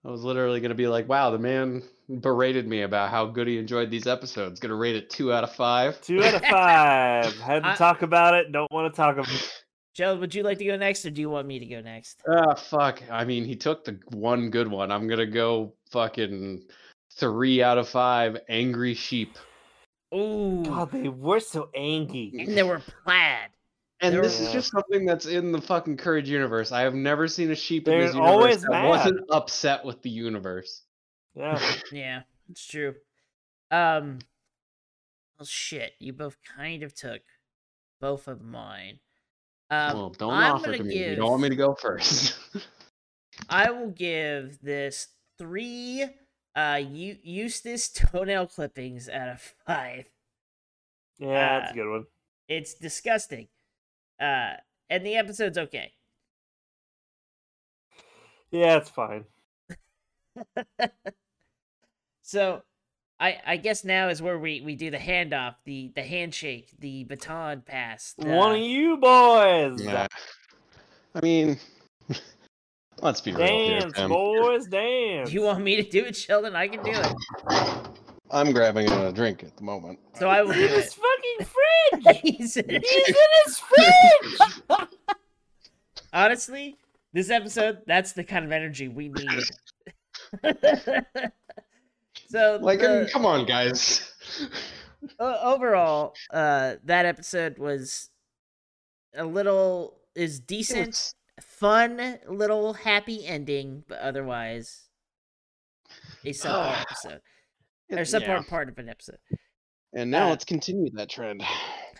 [SPEAKER 1] I was literally going to be like, wow, the man berated me about how good he enjoyed these episodes. Going to rate it two out of five.
[SPEAKER 3] Two out of five. Had to
[SPEAKER 2] I-
[SPEAKER 3] talk about it. Don't want to talk about. it.
[SPEAKER 2] Gerald, would you like to go next, or do you want me to go next?
[SPEAKER 1] Ah, fuck. I mean, he took the one good one. I'm going to go fucking three out of five angry sheep.
[SPEAKER 2] Ooh,
[SPEAKER 3] God, they were so angry.
[SPEAKER 2] and they were plaid.
[SPEAKER 1] And
[SPEAKER 2] There
[SPEAKER 1] this
[SPEAKER 3] we
[SPEAKER 1] is
[SPEAKER 3] go.
[SPEAKER 1] just something that's in the fucking Courage universe. I have never seen a sheep in
[SPEAKER 3] They're
[SPEAKER 1] this universe
[SPEAKER 3] always
[SPEAKER 1] that
[SPEAKER 3] mad.
[SPEAKER 1] wasn't upset with the universe.
[SPEAKER 3] Yeah.
[SPEAKER 2] Yeah, It's true. Um. Well, shit. You both kind of took both of mine. Um,
[SPEAKER 1] well, don't
[SPEAKER 2] I'm
[SPEAKER 1] offer
[SPEAKER 2] gonna
[SPEAKER 1] to me.
[SPEAKER 2] Give,
[SPEAKER 1] You don't want me to go first.
[SPEAKER 2] I will give this three uh U- Eustace toenail clippings out of five.
[SPEAKER 3] Yeah, that's a good one.
[SPEAKER 2] It's disgusting. Uh, and the episode's okay.
[SPEAKER 3] Yeah, it's fine.
[SPEAKER 2] So I I guess now is where we we do the handoff, the the handshake, the baton pass. the-
[SPEAKER 3] One of you boys.
[SPEAKER 1] Nah. I mean, let's be real here.
[SPEAKER 3] Dance,
[SPEAKER 1] Tim.
[SPEAKER 3] boys, dance.
[SPEAKER 2] Do you want me to do it, Sheldon? I can do it.
[SPEAKER 1] I'm grabbing a drink at the moment.
[SPEAKER 2] So I will do
[SPEAKER 3] It's
[SPEAKER 2] it.
[SPEAKER 3] fucking fridge.
[SPEAKER 2] He said-
[SPEAKER 3] He's in his fridge.
[SPEAKER 2] Honestly, this episode, that's the kind of energy we need. so
[SPEAKER 1] Like, I mean,
[SPEAKER 2] the-
[SPEAKER 1] come on, guys.
[SPEAKER 2] o- overall, uh that episode was a little is decent,
[SPEAKER 1] It's-
[SPEAKER 2] fun, little happy ending, but otherwise a subpar episode. Or
[SPEAKER 1] it's-
[SPEAKER 2] subpar
[SPEAKER 1] Oh, yeah.
[SPEAKER 2] part of an episode.
[SPEAKER 1] And now
[SPEAKER 2] uh,
[SPEAKER 1] let's continue that trend.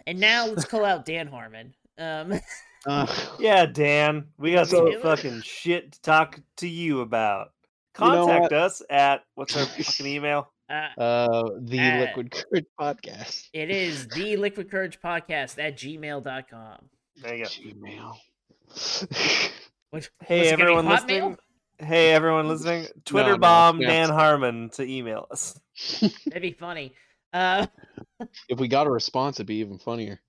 [SPEAKER 2] And now let's call out Dan Harmon. Um
[SPEAKER 1] Uh,
[SPEAKER 3] Yeah, Dan, we got some
[SPEAKER 2] So-
[SPEAKER 3] fucking shit to talk to you about.
[SPEAKER 1] You know
[SPEAKER 3] Contact us at what's our fucking email?
[SPEAKER 2] uh,
[SPEAKER 1] uh, the
[SPEAKER 2] Uh,
[SPEAKER 1] Liquid Courage Podcast.
[SPEAKER 2] it is the liquid courage podcast at gmail.com.
[SPEAKER 3] There you go.
[SPEAKER 1] Gmail.
[SPEAKER 2] Which,
[SPEAKER 3] Hey
[SPEAKER 2] was it gonna be
[SPEAKER 3] everyone
[SPEAKER 2] Hotmail?
[SPEAKER 3] listening. Hey everyone listening. Twitter
[SPEAKER 1] no,
[SPEAKER 3] bomb
[SPEAKER 1] yeah.
[SPEAKER 3] Dan Harmon to email us.
[SPEAKER 2] That'd be funny. Uh,
[SPEAKER 1] if we got a response, it'd be even funnier.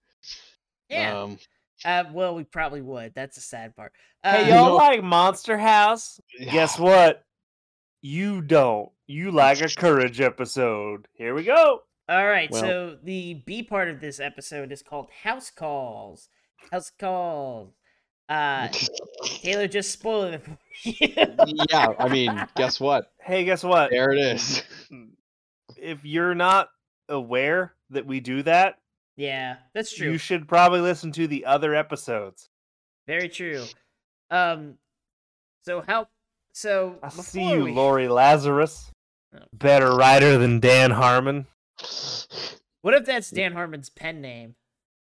[SPEAKER 2] yeah.
[SPEAKER 1] Um,
[SPEAKER 2] uh, well, we probably would. That's a sad part. Uh,
[SPEAKER 3] Hey y'all
[SPEAKER 1] No.
[SPEAKER 3] like Monster House? Guess what? You don't. You like a courage episode. Here we go.
[SPEAKER 2] All right.
[SPEAKER 1] Well-
[SPEAKER 2] so the B part of this episode is called House Calls. House Calls. Uh, Taylor just spoiled it for you.
[SPEAKER 1] yeah, I mean, guess what?
[SPEAKER 3] Hey, guess what? Hmm.
[SPEAKER 1] There it is.
[SPEAKER 3] If you're not aware that we do that,
[SPEAKER 2] yeah, that's true.
[SPEAKER 3] you should probably listen to the other episodes.
[SPEAKER 2] Very true. Um, so how? So
[SPEAKER 3] I
[SPEAKER 2] before
[SPEAKER 3] see you,
[SPEAKER 2] we-
[SPEAKER 3] Lori Lazarus.
[SPEAKER 2] Oh.
[SPEAKER 3] Better writer than Dan Harmon.
[SPEAKER 2] What if that's Dan Harmon's pen name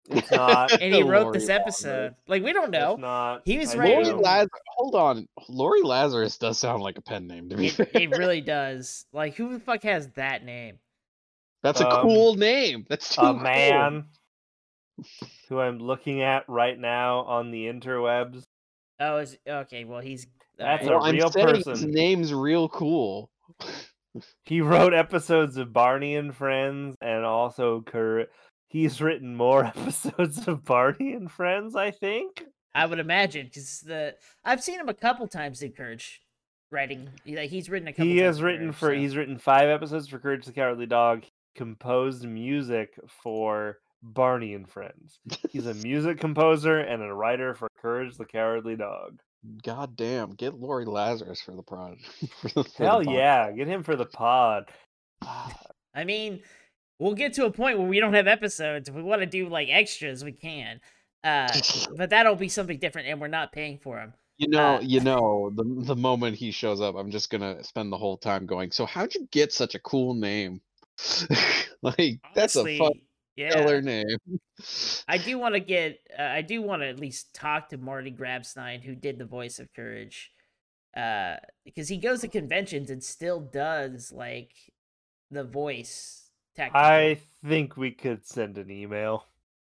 [SPEAKER 3] It's not.
[SPEAKER 2] and he wrote
[SPEAKER 1] Lori
[SPEAKER 2] this
[SPEAKER 1] Walner.
[SPEAKER 2] episode? Like we don't know.
[SPEAKER 3] It's not.
[SPEAKER 2] He was
[SPEAKER 3] I
[SPEAKER 2] writing-
[SPEAKER 1] Lori
[SPEAKER 3] know.
[SPEAKER 1] Lazarus. Hold on, Lori Lazarus does sound like a pen name to me.
[SPEAKER 2] It, it really does. Like who the fuck has that name?
[SPEAKER 1] That's a
[SPEAKER 3] Um,
[SPEAKER 1] cool name. That's too
[SPEAKER 3] a
[SPEAKER 1] cool.
[SPEAKER 3] man who I'm looking at right now on the interwebs.
[SPEAKER 2] Oh, is okay. Well, he's all
[SPEAKER 3] That's
[SPEAKER 2] right.
[SPEAKER 1] Well,
[SPEAKER 3] a
[SPEAKER 1] I'm
[SPEAKER 3] real
[SPEAKER 1] saying his
[SPEAKER 3] person.
[SPEAKER 1] name's real cool.
[SPEAKER 3] He wrote episodes of Barney and Friends and also Cour- He's written more episodes of Barney and Friends, I think.
[SPEAKER 2] I would imagine because the I've seen him a couple times do Courage writing. He- Like he's written a couple.
[SPEAKER 3] He
[SPEAKER 2] times
[SPEAKER 3] has
[SPEAKER 2] in
[SPEAKER 3] written
[SPEAKER 2] Courage,
[SPEAKER 3] for
[SPEAKER 2] so-
[SPEAKER 3] he's written five episodes for Courage the Cowardly Dog. He composed music for Barney and Friends. He's a music composer and a writer for Courage the Cowardly Dog.
[SPEAKER 1] God damn, get Lori Lazarus for the prod. for the- for the
[SPEAKER 3] Hell
[SPEAKER 1] pod.
[SPEAKER 3] yeah, get him for the pod. Ah,
[SPEAKER 2] I mean, we'll get to a point where we don't have episodes. If we want to do like extras, we can. Uh, but that'll be something different, and we're not paying for them.
[SPEAKER 1] You know,
[SPEAKER 2] Uh,
[SPEAKER 1] you know, the the moment he shows up, I'm just gonna spend the whole time going. So how'd you get such a cool name? like that's a
[SPEAKER 2] Honestly,
[SPEAKER 1] fun
[SPEAKER 2] yeah.
[SPEAKER 1] killer name.
[SPEAKER 2] I do want to get. Uh, I do want to at least talk to Marty Grabstein, who did the voice of Courage, uh, because he goes to conventions and still does like the voice. Technically.
[SPEAKER 3] I think we could send an email.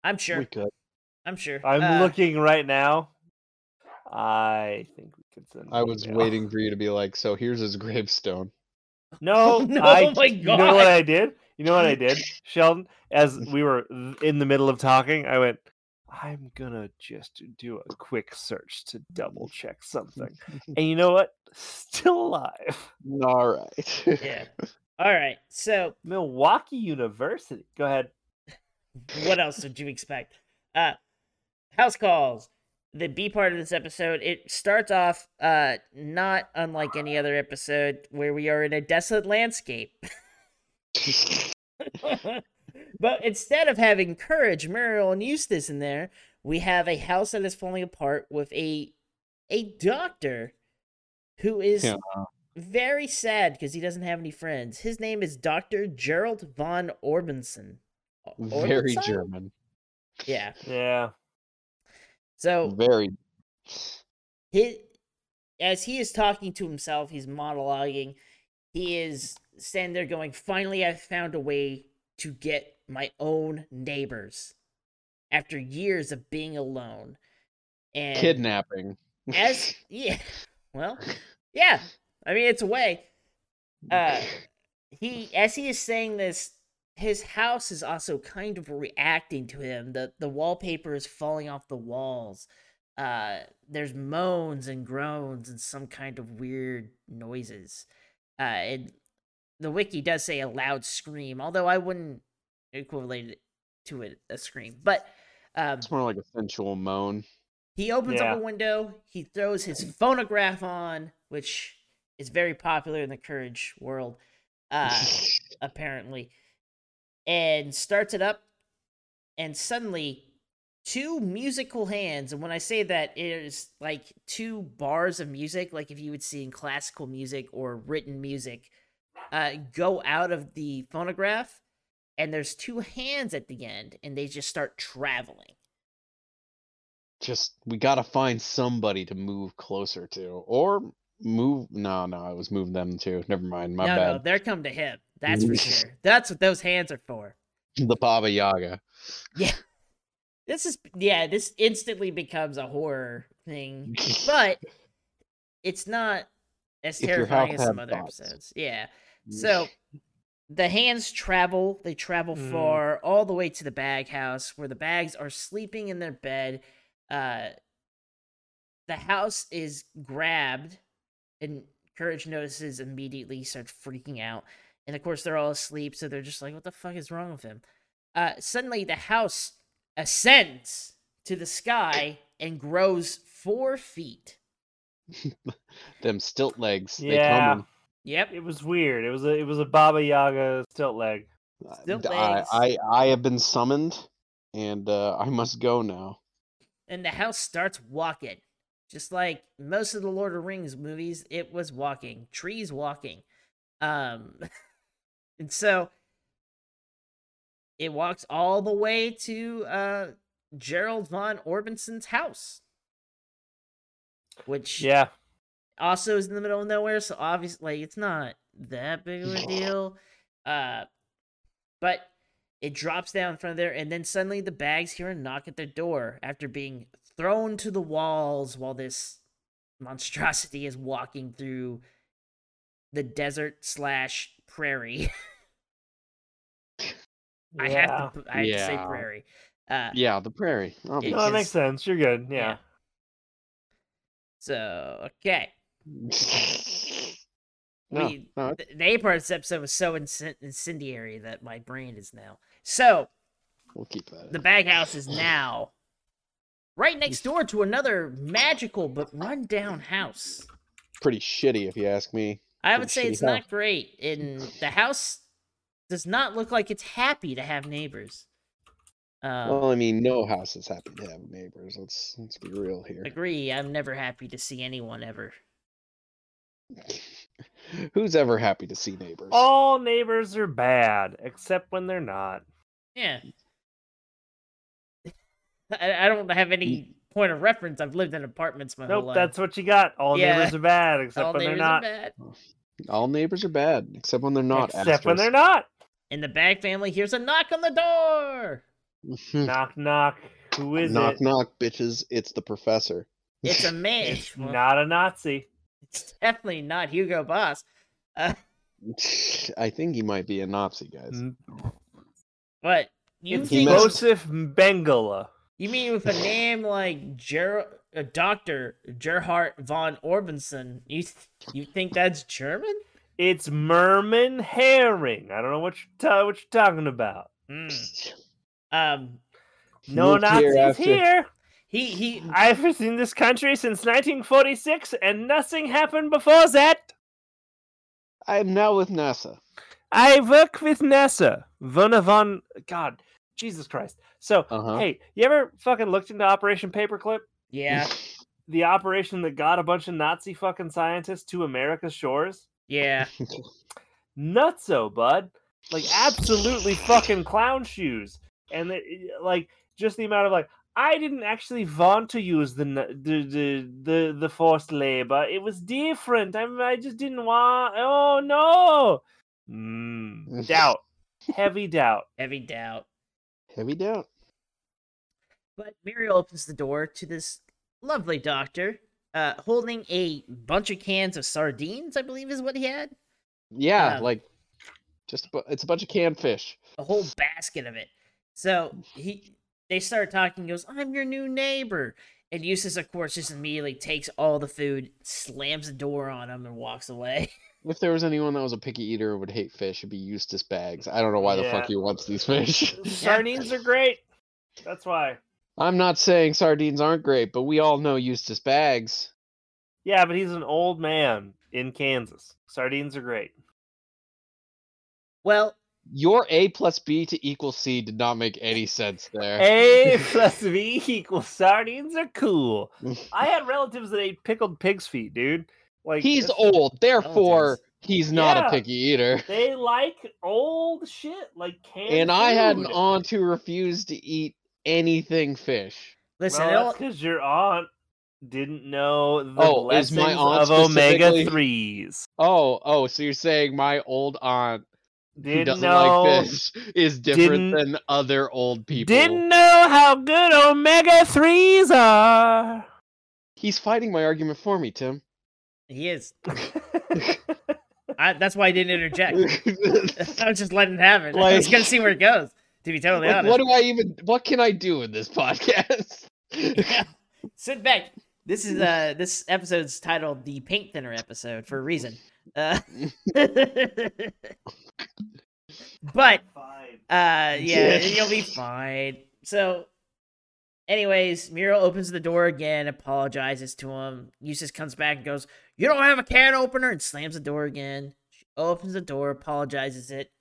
[SPEAKER 2] I'm
[SPEAKER 1] We
[SPEAKER 2] sure.
[SPEAKER 1] could.
[SPEAKER 2] I'm sure.
[SPEAKER 3] I'm
[SPEAKER 2] Uh,
[SPEAKER 3] looking right now. I think we could send.
[SPEAKER 1] I
[SPEAKER 3] an
[SPEAKER 1] was
[SPEAKER 3] email.
[SPEAKER 1] waiting for you to be like, so here's his gravestone.
[SPEAKER 3] No,
[SPEAKER 2] Oh, No,
[SPEAKER 3] I,
[SPEAKER 2] my
[SPEAKER 3] You know
[SPEAKER 2] God.
[SPEAKER 3] what I did? You know what I did, Sheldon? As we were th- in the middle of talking, I went. I'm gonna just do a quick search to double check something. And you know what? Still alive.
[SPEAKER 1] All right.
[SPEAKER 2] Yeah. All right. So,
[SPEAKER 3] Milwaukee University. Go ahead.
[SPEAKER 2] what else did you expect? Uh, house calls. The B part of this episode. It starts off uh not unlike any other episode where we are in a desolate landscape. but instead of having courage, Muriel and Eustace in there, we have a house that is falling apart with a a doctor who is
[SPEAKER 1] Yeah.
[SPEAKER 2] Very sad because he doesn't have any friends. His name is Dr. Gerald von Orbenson. O-
[SPEAKER 1] Very
[SPEAKER 2] Orbenson?
[SPEAKER 1] German.
[SPEAKER 2] Yeah.
[SPEAKER 3] Yeah.
[SPEAKER 2] So
[SPEAKER 1] Very.
[SPEAKER 2] he, as he is talking to himself, he's monologuing. He is standing there going, Finally, I found a way to get my own neighbors after years of being alone. And
[SPEAKER 1] Kidnapping.
[SPEAKER 2] as yeah well yeah i mean it's a way uh he as he is saying this his house is also kind of reacting to him the the wallpaper is falling off the walls uh there's moans and groans and some kind of weird noises uh and the wiki does say a loud scream although i wouldn't equivalent it to it a scream but um
[SPEAKER 1] It's more like a sensual moan.
[SPEAKER 2] he opens
[SPEAKER 3] Yeah.
[SPEAKER 2] up a window. He throws his phonograph on, which is very popular in the Courage world, uh, apparently, and starts it up. And suddenly, two musical hands. And when I say that, it is like two bars of music, like if you would see in classical music or written music, uh, go out of the phonograph. And there's two hands at the end, and they just start traveling.
[SPEAKER 1] Just we gotta find somebody to move closer to, or move. No, no, I was moving them too. Never mind. My
[SPEAKER 2] no, no,
[SPEAKER 1] bad.
[SPEAKER 2] they're come to him. That's for sure. That's what those hands are for.
[SPEAKER 1] The Baba Yaga.
[SPEAKER 2] This is yeah. This instantly becomes a horror thing, but it's not as
[SPEAKER 1] If your
[SPEAKER 2] terrifying
[SPEAKER 1] house
[SPEAKER 2] as some
[SPEAKER 1] had
[SPEAKER 2] other
[SPEAKER 1] thoughts.
[SPEAKER 2] episodes. Yeah. So the hands travel. They travel
[SPEAKER 3] Mm.
[SPEAKER 2] far, all the way to the bag house, where the bags are sleeping in their bed. Uh, the house is grabbed, and Courage notices immediately, starts freaking out. And of course, they're all asleep, so they're just like, what the fuck is wrong with him? Uh, suddenly, the house ascends to the sky and grows four feet.
[SPEAKER 1] them stilt legs. They
[SPEAKER 3] Yeah.
[SPEAKER 1] coming.
[SPEAKER 2] Yep.
[SPEAKER 3] It was weird. It was a it was a Baba Yaga stilt leg.
[SPEAKER 1] Uh,
[SPEAKER 2] Stilt
[SPEAKER 1] d- I,
[SPEAKER 2] legs.
[SPEAKER 1] I I have been summoned, and uh, I must go now.
[SPEAKER 2] And the house starts walking. Just like most of the Lord of Rings movies, it was walking, trees walking. Um, and so it walks all the way to uh, Gerald von Orbison's house, which
[SPEAKER 3] Yeah.
[SPEAKER 2] also is in the middle of nowhere, so obviously like, it's not that big of a deal. Uh, but it drops down in front of there, and then suddenly the bags hear a knock at their door after being thrown to the walls while this monstrosity is walking through the desert slash prairie. I have to, p- I have to say
[SPEAKER 1] Yeah.
[SPEAKER 2] prairie. Uh,
[SPEAKER 1] Yeah, the prairie.
[SPEAKER 2] Yeah.
[SPEAKER 3] No,
[SPEAKER 1] Obviously.
[SPEAKER 3] that makes sense. You're good. Yeah.
[SPEAKER 2] So okay,
[SPEAKER 1] No,
[SPEAKER 2] we
[SPEAKER 1] no,
[SPEAKER 2] th- the A part of this episode was so incin- incendiary that my brain is now. So
[SPEAKER 1] we'll keep that.
[SPEAKER 2] the bag house is now right next door to another magical but rundown house.
[SPEAKER 1] Pretty shitty, if you ask me.
[SPEAKER 2] I would
[SPEAKER 1] Pretty
[SPEAKER 2] say
[SPEAKER 1] shitty
[SPEAKER 2] it's
[SPEAKER 1] house.
[SPEAKER 2] not great. In the house does not look like it's happy to have neighbors. Um,
[SPEAKER 1] well, I mean, no house is happy to have neighbors. Let's let's be real here.
[SPEAKER 2] agree. I'm never happy to see anyone ever.
[SPEAKER 1] Who's ever happy to see neighbors?
[SPEAKER 3] All neighbors are bad, except when they're not.
[SPEAKER 2] Yeah. I, I don't have any
[SPEAKER 1] Mm.
[SPEAKER 2] point of reference. I've lived in apartments my whole
[SPEAKER 3] Nope,
[SPEAKER 2] life.
[SPEAKER 3] that's what you got. All
[SPEAKER 2] Yeah.
[SPEAKER 3] neighbors are bad, except
[SPEAKER 2] all
[SPEAKER 3] when they're
[SPEAKER 2] neighbors
[SPEAKER 3] not.
[SPEAKER 2] are bad.
[SPEAKER 1] All neighbors are bad, except when they're not.
[SPEAKER 3] except when they're not.
[SPEAKER 2] And the Bag family hears a knock on the door.
[SPEAKER 1] not.
[SPEAKER 3] Knock knock. Who is
[SPEAKER 1] knock
[SPEAKER 3] it?
[SPEAKER 1] knock, bitches. It's the professor.
[SPEAKER 2] It's a man.
[SPEAKER 3] It's
[SPEAKER 2] Well,
[SPEAKER 3] not a Nazi.
[SPEAKER 2] it's definitely not Hugo Boss.
[SPEAKER 1] I think he might be a Nazi, guys.
[SPEAKER 3] M-
[SPEAKER 2] But you
[SPEAKER 3] It's
[SPEAKER 2] think
[SPEAKER 1] must-
[SPEAKER 3] Joseph Mengele.
[SPEAKER 2] you mean with a name like Ger- uh, Doctor Gerhard von Orbenson, you th- you think that's German?
[SPEAKER 3] It's Merman Herring. I don't know what you're, ta- what you're talking about.
[SPEAKER 2] Hmm. Um,
[SPEAKER 3] No
[SPEAKER 1] Moved
[SPEAKER 3] Nazis
[SPEAKER 1] here
[SPEAKER 3] here.
[SPEAKER 1] after-
[SPEAKER 2] he he.
[SPEAKER 3] I've been in this country since 1946, and nothing happened before that.
[SPEAKER 1] I am now with NASA.
[SPEAKER 3] I work with NASA. One of on God, Jesus Christ. So
[SPEAKER 1] Uh huh.
[SPEAKER 3] hey, you ever fucking looked into Operation Paperclip?
[SPEAKER 2] Yeah,
[SPEAKER 3] the operation that got a bunch of Nazi fucking scientists to America's shores?
[SPEAKER 2] Yeah.
[SPEAKER 3] Nutso, bud. Like absolutely fucking clown shoes. And it, like just the amount of like I didn't actually want to use the n- the the the, the forced labor. It was different. I I just didn't want. Oh no. Mm, doubt. Heavy doubt.
[SPEAKER 2] Heavy doubt.
[SPEAKER 1] Heavy doubt.
[SPEAKER 2] But Muriel opens the door to this lovely doctor, uh, holding a bunch of cans of sardines, I believe is what he had.
[SPEAKER 1] Yeah,
[SPEAKER 2] Um,
[SPEAKER 1] like just a bu- it's a bunch of canned fish.
[SPEAKER 2] a whole basket of it. So he they start talking, he goes, I'm your new neighbor. And Eustace, of course, just immediately takes all the food, slams the door on him, and walks away.
[SPEAKER 1] If there was anyone that was a picky eater and would hate fish, it'd be Eustace Bags. I don't know why the
[SPEAKER 3] Yeah.
[SPEAKER 1] fuck he wants these fish.
[SPEAKER 3] Sardines are great. That's why.
[SPEAKER 1] I'm not saying sardines aren't great, but we all know Eustace Bags.
[SPEAKER 3] Yeah, but he's an old man in Kansas. Sardines are great.
[SPEAKER 2] Well,
[SPEAKER 1] Your A plus B to equal C did not make any sense there.
[SPEAKER 3] A plus V equals sardines are cool. I had relatives that ate pickled pig's feet, dude. Like
[SPEAKER 1] he's
[SPEAKER 3] it's-
[SPEAKER 1] old, therefore he's not
[SPEAKER 3] Yeah.
[SPEAKER 1] a picky eater.
[SPEAKER 3] They like old shit, like canned.
[SPEAKER 1] And I had an
[SPEAKER 3] food.
[SPEAKER 1] aunt who refused to eat anything fish.
[SPEAKER 2] listen, it
[SPEAKER 3] Well,
[SPEAKER 2] all,
[SPEAKER 3] that's because your aunt didn't know the
[SPEAKER 1] Oh, is
[SPEAKER 3] blessings
[SPEAKER 1] my aunt
[SPEAKER 3] of omega
[SPEAKER 1] specifically-
[SPEAKER 3] threes.
[SPEAKER 1] Oh, oh, so you're saying my old aunt who
[SPEAKER 3] Didn't
[SPEAKER 1] doesn't
[SPEAKER 3] know.
[SPEAKER 1] like fish is different
[SPEAKER 3] didn't-
[SPEAKER 1] than other old people.
[SPEAKER 3] Didn't know how good omega threes are.
[SPEAKER 1] He's fighting my argument for me, Tim.
[SPEAKER 2] he is. I, that's why I didn't interject. I was just letting him have it. I was
[SPEAKER 1] Like-
[SPEAKER 2] gonna see where it goes. To be totally
[SPEAKER 1] Like,
[SPEAKER 2] honest,
[SPEAKER 1] what do I even? What can I do in this podcast?
[SPEAKER 2] sit back. This is uh, this episode's titled the paint thinner episode for a reason. Uh, but Uh,
[SPEAKER 1] Yeah.
[SPEAKER 2] yeah, you'll be fine. So, anyways, Muriel opens the door again, apologizes to him. Eustace comes back and goes, "You don't have a can opener," and slams the door again. She opens the door, apologizes it,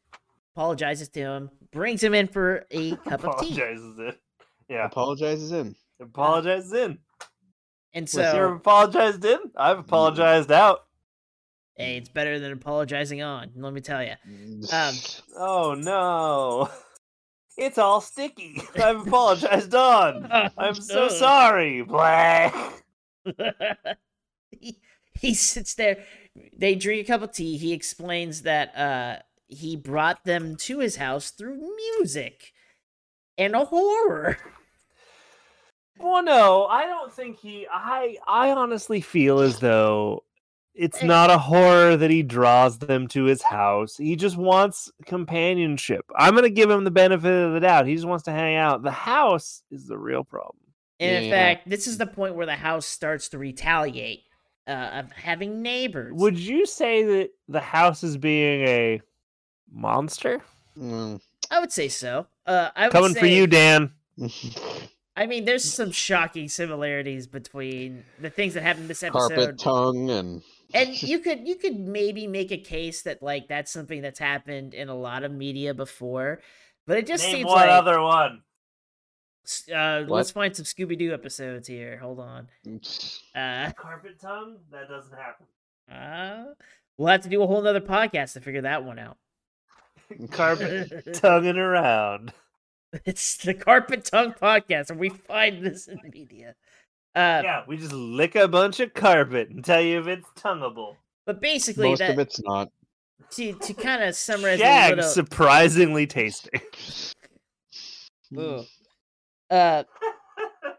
[SPEAKER 2] apologizes to him, brings him in for a cup of tea,
[SPEAKER 3] apologizes in. Yeah,
[SPEAKER 1] Apologizes in.
[SPEAKER 3] apologizes in.
[SPEAKER 2] and
[SPEAKER 3] So, you
[SPEAKER 2] so
[SPEAKER 3] apologized in. I've apologized out.
[SPEAKER 2] hey, it's better than apologizing on. Let me tell you. Um,
[SPEAKER 3] Oh no, it's all sticky. I've apologized on.
[SPEAKER 1] Oh,
[SPEAKER 3] I'm so sorry. Blah.
[SPEAKER 2] he, he sits there. They drink a cup of tea. He explains that uh, he brought them to his house through music and a horror.
[SPEAKER 3] Well, no, I don't think he. I I honestly feel as though it's
[SPEAKER 2] Eh.
[SPEAKER 3] not a horror that he draws them to his house. He just wants companionship. I'm gonna give him the benefit of the doubt. He just wants to hang out. The house is the real problem.
[SPEAKER 2] And in
[SPEAKER 1] Yeah.
[SPEAKER 2] fact, this is the point where the house starts to retaliate uh, of having neighbors.
[SPEAKER 3] Would you say that the house is being a monster?
[SPEAKER 1] Mm.
[SPEAKER 2] I would say so. Uh, I would
[SPEAKER 3] Coming for
[SPEAKER 2] say-
[SPEAKER 3] you, Dan.
[SPEAKER 2] I mean, there's some shocking similarities between the things that happened this episode.
[SPEAKER 1] Carpet tongue and
[SPEAKER 2] and you could you could maybe make a case that like that's something that's happened in a lot of media before but it just seems like
[SPEAKER 3] one.
[SPEAKER 2] s- uh,
[SPEAKER 1] What?
[SPEAKER 2] let's find some scooby-doo episodes here hold on uh,
[SPEAKER 3] Carpet tongue? That doesn't happen.
[SPEAKER 2] uh we'll have to do a whole nother podcast to figure that one out
[SPEAKER 3] Carpet tonguing around.
[SPEAKER 2] it's the carpet tongue podcast where we find this in media uh,
[SPEAKER 3] yeah, we just lick a bunch of carpet and tell you if it's tongueable.
[SPEAKER 2] but basically
[SPEAKER 1] Most
[SPEAKER 2] that
[SPEAKER 1] of it's not.
[SPEAKER 2] to, to kind of summarize a
[SPEAKER 3] Shag
[SPEAKER 2] little,
[SPEAKER 3] surprisingly tasty.
[SPEAKER 2] Ugh. Uh,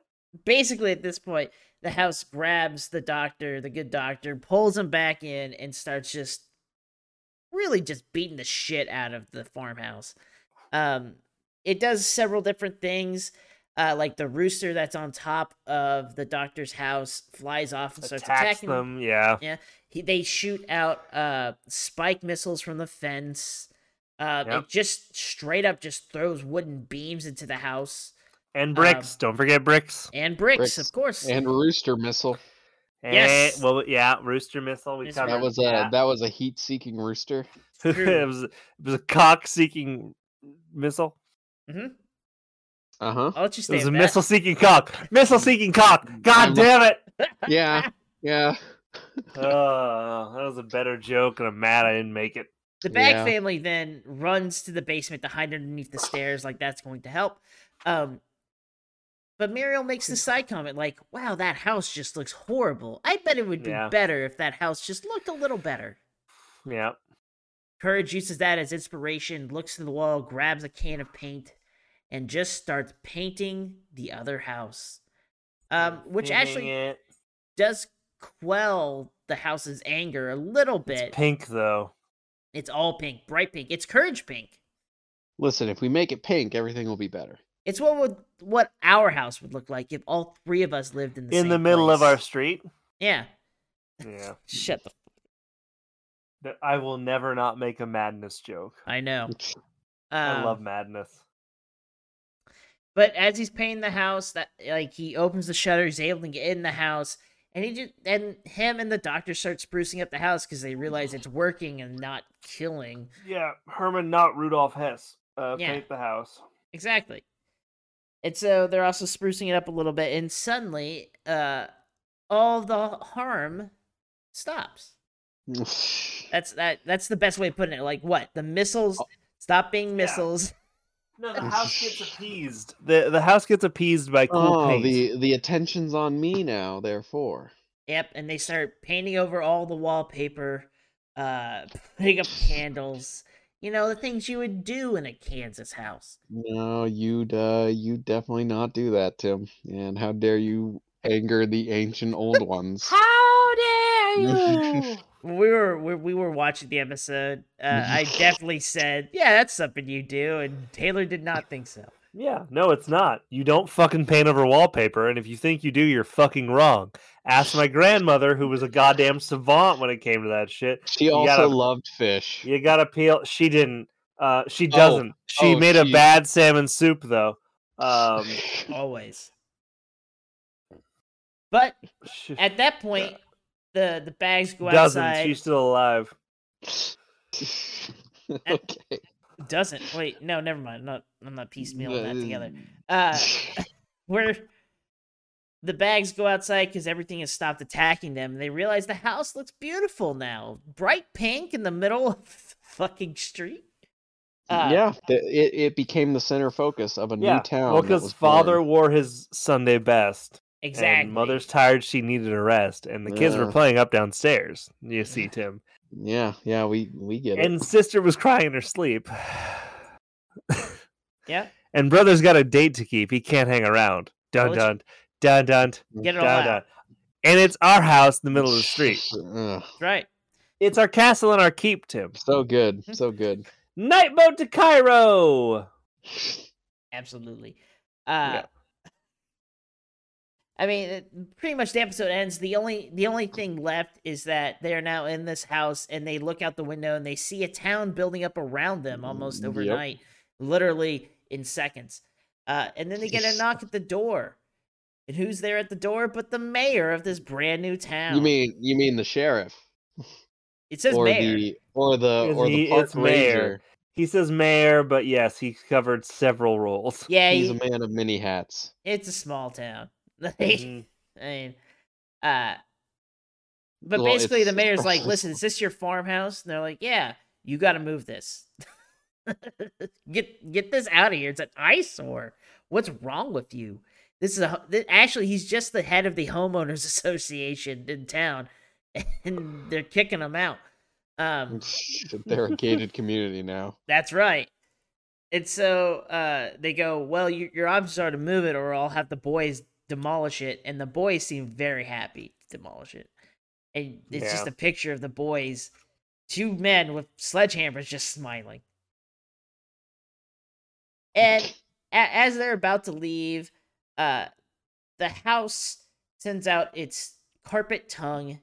[SPEAKER 2] basically, at this point, the house grabs the doctor, the good doctor, pulls him back in, and starts just really just beating the shit out of the farmhouse. Um, it does several different things. Uh, like the rooster that's on top of the doctor's house flies off and starts
[SPEAKER 3] Attacks
[SPEAKER 2] attacking
[SPEAKER 3] them, yeah.
[SPEAKER 2] he, they shoot out uh spike missiles from the fence. Uh,
[SPEAKER 3] Yep.
[SPEAKER 2] It just straight up just throws wooden beams into the house Um,
[SPEAKER 3] And bricks. Don't forget bricks.
[SPEAKER 2] and bricks,
[SPEAKER 1] Bricks
[SPEAKER 2] of course.
[SPEAKER 1] And rooster missile.
[SPEAKER 3] And,
[SPEAKER 2] Yes.
[SPEAKER 3] Eh, Well, yeah, rooster missile. We
[SPEAKER 2] Yes,
[SPEAKER 3] covered
[SPEAKER 1] That was a
[SPEAKER 3] yeah.
[SPEAKER 1] that was a heat seeking rooster.
[SPEAKER 3] it,
[SPEAKER 2] true.
[SPEAKER 3] was, it was a cock seeking missile.
[SPEAKER 1] Uh huh.
[SPEAKER 2] I'll let you
[SPEAKER 3] It
[SPEAKER 2] stay.
[SPEAKER 3] was a
[SPEAKER 1] Uh-huh.
[SPEAKER 2] with that.
[SPEAKER 3] missile seeking cock. Missile seeking cock. God
[SPEAKER 2] Mm.
[SPEAKER 1] I'm-
[SPEAKER 3] damn it.
[SPEAKER 1] yeah, yeah.
[SPEAKER 3] Oh, that was a better joke, and I'm mad I didn't make it.
[SPEAKER 2] The Bag
[SPEAKER 1] Yeah.
[SPEAKER 2] family then runs to the basement to hide underneath the stairs, like that's going to help. Um, but Muriel makes the side comment, like, "Wow, that house just looks horrible. I bet it would be
[SPEAKER 3] Yeah.
[SPEAKER 2] better if that house just looked a little better."
[SPEAKER 3] Yeah.
[SPEAKER 2] Courage uses that as inspiration, looks to the wall, grabs a can of paint, and just starts painting the other house. Um, which
[SPEAKER 3] Painting
[SPEAKER 2] actually
[SPEAKER 3] it.
[SPEAKER 2] does quell the house's anger a little bit.
[SPEAKER 3] It's pink though.
[SPEAKER 2] It's all pink, bright pink. It's courage pink.
[SPEAKER 1] Listen, if we make it pink, everything will be better.
[SPEAKER 2] It's what would what our house would look like if all three of us lived in the
[SPEAKER 3] in
[SPEAKER 2] same
[SPEAKER 3] the middle of
[SPEAKER 2] place.
[SPEAKER 3] our street.
[SPEAKER 2] yeah.
[SPEAKER 3] Yeah.
[SPEAKER 2] Shut the.
[SPEAKER 3] That I will never not make a madness joke.
[SPEAKER 2] I know.
[SPEAKER 3] I
[SPEAKER 2] Um,
[SPEAKER 3] love madness.
[SPEAKER 2] But as he's painting the house, that like he opens the shutter, he's able to get in the house, and he just and him and the doctor start sprucing up the house because they realize it's working and not killing.
[SPEAKER 3] Yeah, Herman, not Rudolph Hess. Uh,
[SPEAKER 2] Yeah.
[SPEAKER 3] Paint the house.
[SPEAKER 2] Exactly. And so they're also sprucing it up a little bit, and suddenly, uh, all the harm stops. That's that. That's the best way of putting it. Like what? The missiles stop being missiles.
[SPEAKER 3] No,
[SPEAKER 1] Oh,
[SPEAKER 3] the house gets appeased. The the house gets appeased by cool
[SPEAKER 1] oh,
[SPEAKER 3] paint.
[SPEAKER 1] the the attention's on me now. Therefore,
[SPEAKER 2] Yep, and they start painting over all the wallpaper, uh, putting up candles. You know the things you would do in a Kansas house.
[SPEAKER 1] no, you'd uh, you definitely not do that, Tim. And how dare you anger the ancient old ones?
[SPEAKER 3] How dare you?
[SPEAKER 2] When we were we, we were watching the episode. Uh, I definitely said, "Yeah, that's something you do," and Taylor did not think so.
[SPEAKER 3] yeah, no, it's not. You don't fucking paint over wallpaper, and if you think you do, you're fucking wrong. Ask my grandmother, who was a goddamn savant when it came to that shit.
[SPEAKER 1] She
[SPEAKER 3] You
[SPEAKER 1] also
[SPEAKER 3] gotta-
[SPEAKER 1] loved fish.
[SPEAKER 3] You gotta peel. She didn't. Uh, she doesn't. she
[SPEAKER 1] oh,
[SPEAKER 3] made a
[SPEAKER 1] she-
[SPEAKER 3] bad salmon soup though. Um,
[SPEAKER 2] Always. But
[SPEAKER 3] sh-
[SPEAKER 2] at that point, the the bags go
[SPEAKER 3] doesn't.
[SPEAKER 2] outside.
[SPEAKER 3] She's still alive.
[SPEAKER 2] Eh,
[SPEAKER 1] okay.
[SPEAKER 2] Doesn't wait. No, never mind. I'm not I'm not piecemealing that
[SPEAKER 1] Uh,
[SPEAKER 2] together. Uh, where the bags go outside because everything has stopped attacking them. And they realize the house looks beautiful now, bright pink in the middle of the fucking street. Uh,
[SPEAKER 1] yeah, th- it, it became the center focus of a
[SPEAKER 3] Yeah,
[SPEAKER 1] new town.
[SPEAKER 3] Well,
[SPEAKER 1] that
[SPEAKER 3] because
[SPEAKER 1] was
[SPEAKER 3] father
[SPEAKER 1] born.
[SPEAKER 3] wore his Sunday best,
[SPEAKER 2] exactly.
[SPEAKER 3] and mother's tired. She needed a rest, and the kids were
[SPEAKER 1] Yeah.
[SPEAKER 3] playing up downstairs. You see, Tim,
[SPEAKER 1] Yeah, yeah, we we get it.
[SPEAKER 3] and sister was crying in her sleep.
[SPEAKER 2] Yeah.
[SPEAKER 3] and brother's got a date to keep. He can't hang around. Dun
[SPEAKER 2] Well,
[SPEAKER 3] dun dun dun
[SPEAKER 2] Get it all
[SPEAKER 3] dun
[SPEAKER 2] out.
[SPEAKER 3] dun. And it's our house in the middle of the street.
[SPEAKER 1] Ugh,
[SPEAKER 2] Right.
[SPEAKER 3] It's our castle and our keep, Tim.
[SPEAKER 1] so good, so good.
[SPEAKER 3] Night boat to Cairo.
[SPEAKER 2] Absolutely.
[SPEAKER 3] Yeah.
[SPEAKER 2] Uh, I mean, it- pretty much the episode ends. The only the only thing left is that they are now in this house, and they look out the window and they see a town building up around them
[SPEAKER 1] Mm,
[SPEAKER 2] almost
[SPEAKER 1] yep.
[SPEAKER 2] overnight, literally in seconds. Uh, and then they get a knock at the door, and who's there at the door but the mayor of this brand new town?
[SPEAKER 1] You mean you mean the sheriff
[SPEAKER 2] it says
[SPEAKER 1] or
[SPEAKER 2] mayor?
[SPEAKER 1] the or the
[SPEAKER 3] Is
[SPEAKER 1] or
[SPEAKER 3] he-
[SPEAKER 1] the park
[SPEAKER 3] it's mayor.
[SPEAKER 1] ranger?
[SPEAKER 3] He says mayor, but yes, he's covered several roles.
[SPEAKER 2] yeah,
[SPEAKER 1] He's a
[SPEAKER 2] you-
[SPEAKER 1] man of many hats.
[SPEAKER 2] it's a small town. Like,
[SPEAKER 3] Mhm.
[SPEAKER 2] I mean, uh, but
[SPEAKER 1] Well,
[SPEAKER 2] basically the
[SPEAKER 1] it's-
[SPEAKER 2] mayor's like, "Listen, is this your farmhouse?" And they're like, "Yeah, you got to move this. get get this out of here. It's an eyesore. What's wrong with you? This is a ho- th- actually he's just the head of the homeowners association in town, and they're kicking him out. Um,
[SPEAKER 1] They're a gated community now.
[SPEAKER 2] that's right. And so uh, they go, Well, your, your options are to move it, or I'll have the boys demolish it. And the boys seem very happy to demolish it. And it's just
[SPEAKER 3] Yeah.
[SPEAKER 2] a picture of the boys, two men with sledgehammers just smiling. And a- as they're about to leave, uh, the house sends out its carpet tongue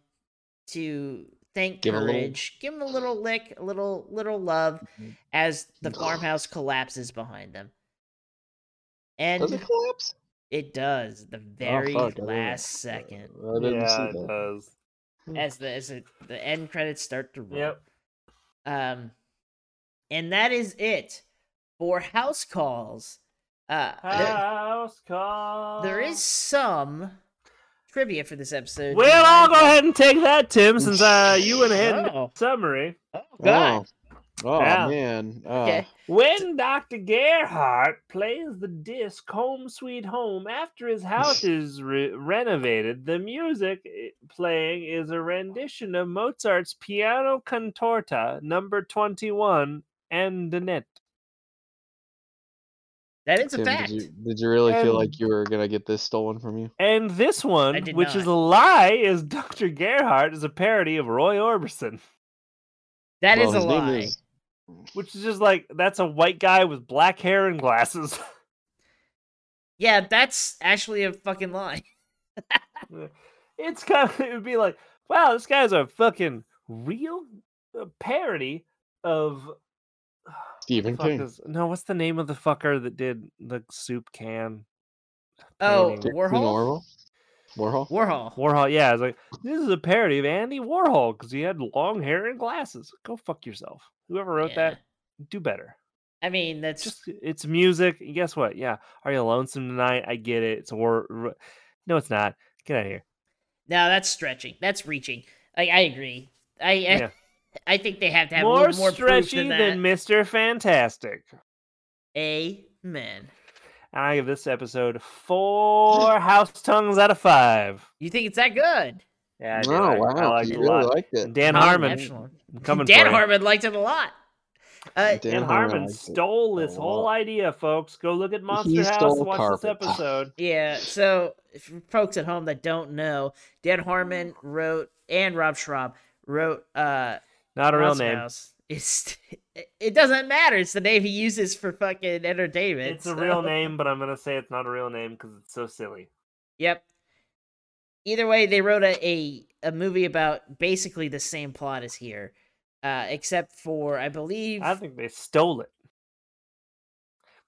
[SPEAKER 2] to thank
[SPEAKER 1] Give 'em a little-
[SPEAKER 2] courage, give him a little lick, a little little love,
[SPEAKER 1] Mhm.
[SPEAKER 2] as the farmhouse collapses behind them. And
[SPEAKER 1] Does it
[SPEAKER 2] it?
[SPEAKER 1] collapse? Oh,
[SPEAKER 2] does the very
[SPEAKER 1] fuck, Uh, I didn't-
[SPEAKER 2] last second
[SPEAKER 1] I didn't
[SPEAKER 3] yeah,
[SPEAKER 1] see
[SPEAKER 3] it
[SPEAKER 1] that.
[SPEAKER 3] does.
[SPEAKER 1] uh,
[SPEAKER 2] as the as the, the end credits start to roll.
[SPEAKER 3] Yep.
[SPEAKER 2] Um, and that is it for house calls. Uh, there-
[SPEAKER 3] House call.
[SPEAKER 2] there is some trivia for this episode.
[SPEAKER 3] Ah. Well, I'll go ahead and take that, Tim, since uh, you went ahead and
[SPEAKER 2] Oh,
[SPEAKER 3] summary.
[SPEAKER 2] oh God.
[SPEAKER 1] Oh, oh
[SPEAKER 3] Yeah.
[SPEAKER 1] man. Oh.
[SPEAKER 2] Okay.
[SPEAKER 3] When Dr. Gerhardt plays the disc Home Sweet Home after his house is re- renovated, the music i- playing is a rendition of Mozart's Piano Contorta number 21 and Danette.
[SPEAKER 2] That is a
[SPEAKER 1] Tim,
[SPEAKER 2] fact.
[SPEAKER 1] did you did you really feel
[SPEAKER 3] And-
[SPEAKER 1] like you were gonna get this stolen from you?
[SPEAKER 3] And this one,
[SPEAKER 2] did
[SPEAKER 3] which is a
[SPEAKER 2] not.
[SPEAKER 3] lie, is Dr. Gerhardt is a parody of Roy Orbison,
[SPEAKER 2] That is
[SPEAKER 1] Well, his
[SPEAKER 2] a
[SPEAKER 1] name
[SPEAKER 2] lie.
[SPEAKER 1] is-
[SPEAKER 3] which is just like that's a white guy with black hair and glasses.
[SPEAKER 2] Yeah, that's actually a fucking lie.
[SPEAKER 3] it's kind of it would be like, wow, this guy's a fucking real uh, parody of
[SPEAKER 1] Stephen
[SPEAKER 3] fuck
[SPEAKER 1] King.
[SPEAKER 3] is- no, what's the name of the fucker that did the soup can?
[SPEAKER 2] Oh,
[SPEAKER 3] Painting.
[SPEAKER 2] Warhol.
[SPEAKER 1] Warhol. Warhol.
[SPEAKER 2] Warhol.
[SPEAKER 3] Warhol, yeah, I was like, this is a parody of Andy Warhol because he had long hair and glasses. Go fuck yourself. Whoever wrote
[SPEAKER 2] Yeah.
[SPEAKER 3] that, do better.
[SPEAKER 2] I mean, that's
[SPEAKER 3] Just it's music. And guess what? Yeah, are you lonesome tonight? I get it. It's or no, it's not. Get out of here.
[SPEAKER 2] no, that's stretching. That's reaching. I, I agree. I I,
[SPEAKER 3] Yeah.
[SPEAKER 2] I think they have to have a
[SPEAKER 3] more
[SPEAKER 2] little more proof
[SPEAKER 3] stretchy
[SPEAKER 2] than that.
[SPEAKER 3] than Mr. Fantastic.
[SPEAKER 2] Amen.
[SPEAKER 3] And I give this episode four house tongues out of five.
[SPEAKER 2] You think it's that good?
[SPEAKER 3] Yeah, I do. I-
[SPEAKER 1] Oh
[SPEAKER 3] I
[SPEAKER 1] wow,
[SPEAKER 3] liked
[SPEAKER 1] you
[SPEAKER 3] it a
[SPEAKER 1] really
[SPEAKER 3] lot. Oh,
[SPEAKER 1] liked it.
[SPEAKER 3] And Dan
[SPEAKER 2] Tom
[SPEAKER 3] Harmon,
[SPEAKER 2] Epsilon.
[SPEAKER 3] I'm coming
[SPEAKER 2] Dan
[SPEAKER 3] for you.
[SPEAKER 2] Harmon liked it a lot. Uh,
[SPEAKER 3] Dan, Harmon
[SPEAKER 1] liked it.
[SPEAKER 3] stole this
[SPEAKER 1] a
[SPEAKER 3] whole
[SPEAKER 1] lot.
[SPEAKER 3] idea, folks. Go look at Monster House.
[SPEAKER 1] stole
[SPEAKER 3] Watch this
[SPEAKER 1] carpet.
[SPEAKER 3] episode.
[SPEAKER 2] yeah. So, for folks at home that don't know, Dan Harmon wrote and Rob Schraub wrote uh,
[SPEAKER 3] Not a real
[SPEAKER 2] Monster
[SPEAKER 3] name.
[SPEAKER 2] House. It's it doesn't matter. It's the name he uses for fucking entertainment.
[SPEAKER 3] It's a
[SPEAKER 2] so-
[SPEAKER 3] real name, but I'm gonna say it's not a real name because it's so silly.
[SPEAKER 2] Yep. Either way, they wrote a, a a movie about basically the same plot as here, uh, except for I believe.
[SPEAKER 3] I think they stole it.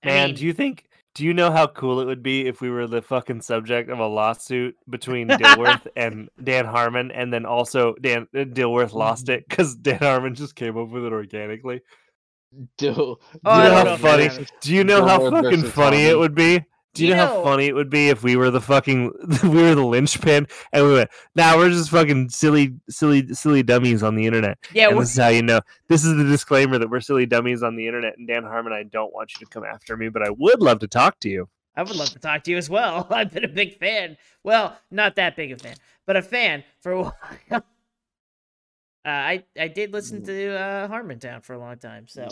[SPEAKER 2] I
[SPEAKER 3] Man,
[SPEAKER 2] mean-
[SPEAKER 3] do you think? Do you know how cool it would be if we were the fucking subject of a lawsuit between Dilworth and Dan Harmon, and then also Dan uh, Dilworth lost it because Dan Harmon just came up with it organically?
[SPEAKER 1] Dude,
[SPEAKER 2] Oh,
[SPEAKER 3] you
[SPEAKER 2] I
[SPEAKER 3] know
[SPEAKER 2] don't
[SPEAKER 3] how
[SPEAKER 2] if that
[SPEAKER 3] funny?
[SPEAKER 2] matters.
[SPEAKER 3] Do you know how
[SPEAKER 1] Dilworth
[SPEAKER 3] fucking
[SPEAKER 1] versus
[SPEAKER 3] funny it
[SPEAKER 1] Harmon.
[SPEAKER 3] would be? Do you,
[SPEAKER 2] You
[SPEAKER 3] know,
[SPEAKER 2] know-
[SPEAKER 3] how funny it would be if we were the fucking we were the linchpin and we went, now nah, we're just fucking silly, silly, silly dummies on the internet.
[SPEAKER 2] yeah,
[SPEAKER 3] and
[SPEAKER 2] we're,
[SPEAKER 3] this is how you know. This is the disclaimer that we're silly dummies on the internet, and Dan Harmon, I don't want you to come after me, but I would love to talk to you.
[SPEAKER 2] I would love to talk to you as well. I've been a big fan. Well, not that big a fan, but a fan for a while. Uh, I I did
[SPEAKER 3] Mm.
[SPEAKER 2] listen to uh, Harmontown for a long time, so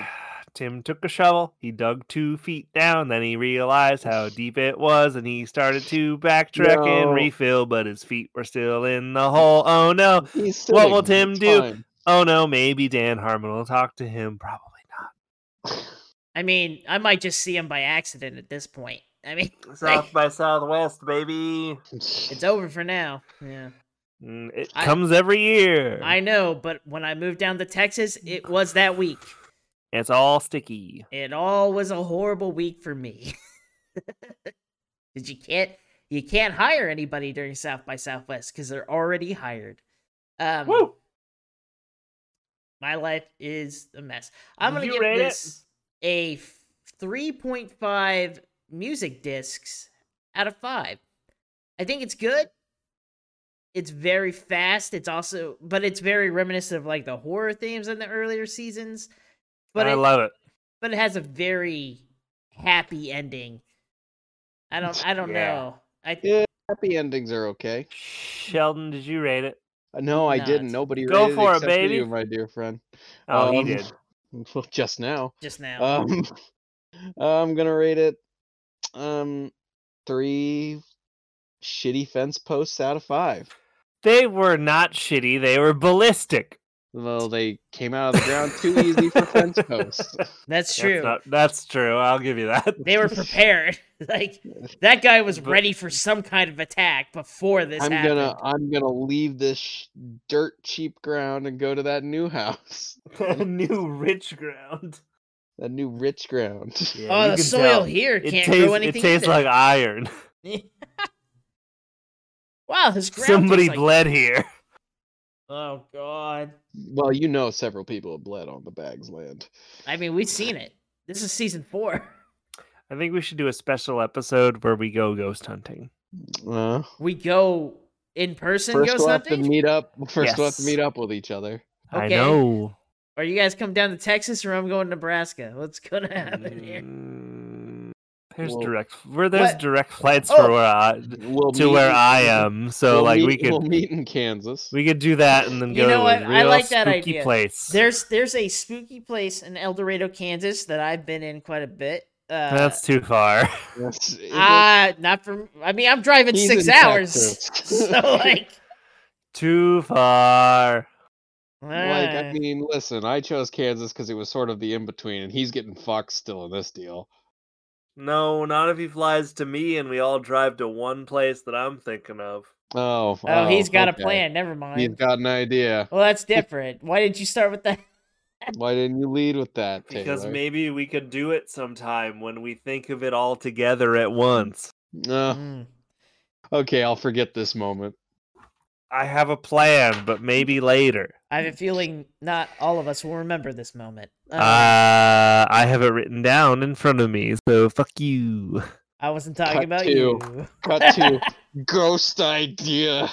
[SPEAKER 3] Tim took a shovel, he dug two feet down, then he realized how deep it was, and he started to backtrack
[SPEAKER 1] No.
[SPEAKER 3] and refill, but his feet were still in the hole. Oh no.
[SPEAKER 1] He's
[SPEAKER 3] What will
[SPEAKER 1] sitting.
[SPEAKER 3] Tim
[SPEAKER 1] It's
[SPEAKER 3] do?
[SPEAKER 1] fine.
[SPEAKER 3] Oh no, maybe Dan Harmon will talk to him. Probably
[SPEAKER 2] I mean, I might just see him by accident at this point. I mean,
[SPEAKER 3] not.
[SPEAKER 2] South
[SPEAKER 3] by Southwest, baby.
[SPEAKER 2] it's over for now. Yeah.
[SPEAKER 3] Mm, It
[SPEAKER 2] I-
[SPEAKER 3] comes every year.
[SPEAKER 2] I know, but when I moved down to Texas, it was that week.
[SPEAKER 3] It's all sticky.
[SPEAKER 2] It all was a horrible week for me. Cuz you can't you can't hire anybody during South by Southwest cuz they're already hired. Um
[SPEAKER 3] Woo!
[SPEAKER 2] my life is a mess. I'm going
[SPEAKER 3] You
[SPEAKER 2] to give
[SPEAKER 3] rate it?
[SPEAKER 2] this a f- 3.5 music discs out of 5. I think it's good. It's very fast. It's also but it's very reminiscent of like the horror themes in the earlier seasons. But
[SPEAKER 3] I
[SPEAKER 2] it,
[SPEAKER 3] love it.
[SPEAKER 2] but it has a very happy ending. I don't I don't
[SPEAKER 3] Yeah.
[SPEAKER 2] know. I
[SPEAKER 1] Yeah, happy endings are okay.
[SPEAKER 3] Sheldon, did you rate it?
[SPEAKER 1] Uh, No, I
[SPEAKER 2] Nah,
[SPEAKER 1] didn't.
[SPEAKER 2] it's-
[SPEAKER 1] Nobody
[SPEAKER 3] Go
[SPEAKER 1] rated
[SPEAKER 3] for it,
[SPEAKER 1] except for
[SPEAKER 3] baby.
[SPEAKER 1] you, my dear friend.
[SPEAKER 3] Oh, he
[SPEAKER 1] Um,
[SPEAKER 3] did.
[SPEAKER 1] Well, just now.
[SPEAKER 2] just now.
[SPEAKER 3] Uh,
[SPEAKER 1] Um, I'm gonna rate it um three shitty fence posts out of five.
[SPEAKER 3] They were not shitty. They were ballistic.
[SPEAKER 1] Well, they came out of the ground too easy for fence posts.
[SPEAKER 2] that's true.
[SPEAKER 3] That's, not- that's true. I'll give you that.
[SPEAKER 2] they were prepared. like that guy was
[SPEAKER 3] But-
[SPEAKER 2] ready for some kind of attack before this
[SPEAKER 1] I'm
[SPEAKER 2] happened.
[SPEAKER 1] gonna I'm gonna leave this sh- dirt cheap ground and go to that new house,
[SPEAKER 3] New rich ground.
[SPEAKER 1] that new rich ground.
[SPEAKER 3] Yeah,
[SPEAKER 2] Oh,
[SPEAKER 3] you
[SPEAKER 2] the
[SPEAKER 3] can
[SPEAKER 2] soil
[SPEAKER 3] tell.
[SPEAKER 2] here
[SPEAKER 3] It
[SPEAKER 2] can't
[SPEAKER 3] tastes,
[SPEAKER 2] grow
[SPEAKER 3] it
[SPEAKER 2] anything.
[SPEAKER 3] tastes
[SPEAKER 2] either.
[SPEAKER 3] like iron.
[SPEAKER 2] wow, his ground tastes
[SPEAKER 3] Somebody
[SPEAKER 2] like-
[SPEAKER 3] bled here.
[SPEAKER 2] Oh god.
[SPEAKER 1] Well, you know, several people have bled on the bag's land.
[SPEAKER 2] I mean, we've seen it. This is season four.
[SPEAKER 3] I think we should do a special episode where we go ghost hunting.
[SPEAKER 1] Uh,
[SPEAKER 2] We go in person.
[SPEAKER 1] first
[SPEAKER 2] go
[SPEAKER 1] we'll have to
[SPEAKER 2] something.
[SPEAKER 1] meet up. First we'll have to
[SPEAKER 3] Yes.
[SPEAKER 1] meet up with each other.
[SPEAKER 3] I
[SPEAKER 2] Okay.
[SPEAKER 3] know.
[SPEAKER 2] Or you guys come down to Texas, or I'm going to Nebraska. What's gonna happen here?
[SPEAKER 3] Mm, There's
[SPEAKER 1] Well-
[SPEAKER 3] direct. Where there's
[SPEAKER 2] What?
[SPEAKER 3] direct flights
[SPEAKER 2] Oh.
[SPEAKER 3] for where I,
[SPEAKER 1] We'll
[SPEAKER 3] to
[SPEAKER 1] meet
[SPEAKER 3] where
[SPEAKER 1] in-
[SPEAKER 3] I am. So
[SPEAKER 1] we'll
[SPEAKER 3] like we
[SPEAKER 1] meet-
[SPEAKER 3] could
[SPEAKER 1] we'll meet in Kansas.
[SPEAKER 3] we could do that and then
[SPEAKER 2] You
[SPEAKER 3] go
[SPEAKER 2] know
[SPEAKER 3] to
[SPEAKER 2] what?
[SPEAKER 3] a
[SPEAKER 2] I
[SPEAKER 3] real
[SPEAKER 2] like that
[SPEAKER 3] spooky
[SPEAKER 2] idea.
[SPEAKER 3] place.
[SPEAKER 2] There's there's a spooky place in El Dorado, Kansas that I've been in quite a bit. Uh,
[SPEAKER 3] That's too far.
[SPEAKER 1] That's- it-
[SPEAKER 2] uh not for. I mean, I'm driving
[SPEAKER 1] He's
[SPEAKER 2] six
[SPEAKER 1] in
[SPEAKER 2] hours,
[SPEAKER 1] Texas.
[SPEAKER 2] so like,
[SPEAKER 3] too far.
[SPEAKER 1] like I
[SPEAKER 2] uh,
[SPEAKER 1] mean, listen, I chose Kansas because it was sort of the in between, and he's getting fucked still in this deal.
[SPEAKER 3] No, not if he flies to me and we all drive to one place that I'm thinking of.
[SPEAKER 1] Oh,
[SPEAKER 2] oh, he's got
[SPEAKER 1] okay.
[SPEAKER 2] a plan. Never
[SPEAKER 1] He's
[SPEAKER 2] mind.
[SPEAKER 1] got an idea.
[SPEAKER 2] Well, that's different. Why did you start with that?
[SPEAKER 1] Why didn't you lead with that?
[SPEAKER 3] Because
[SPEAKER 1] Taylor?
[SPEAKER 3] maybe we could do it sometime when we think of it all together at once. Uh.
[SPEAKER 1] No.
[SPEAKER 2] Mm.
[SPEAKER 1] okay, I'll forget this moment.
[SPEAKER 3] I have a plan, but maybe later.
[SPEAKER 2] I have a feeling not all of us will remember this moment. Um,
[SPEAKER 3] Uh, I have it written down in front of me, so fuck you.
[SPEAKER 2] I wasn't
[SPEAKER 1] cut
[SPEAKER 2] talking about
[SPEAKER 1] to-
[SPEAKER 2] you.
[SPEAKER 1] Cut to ghost idea.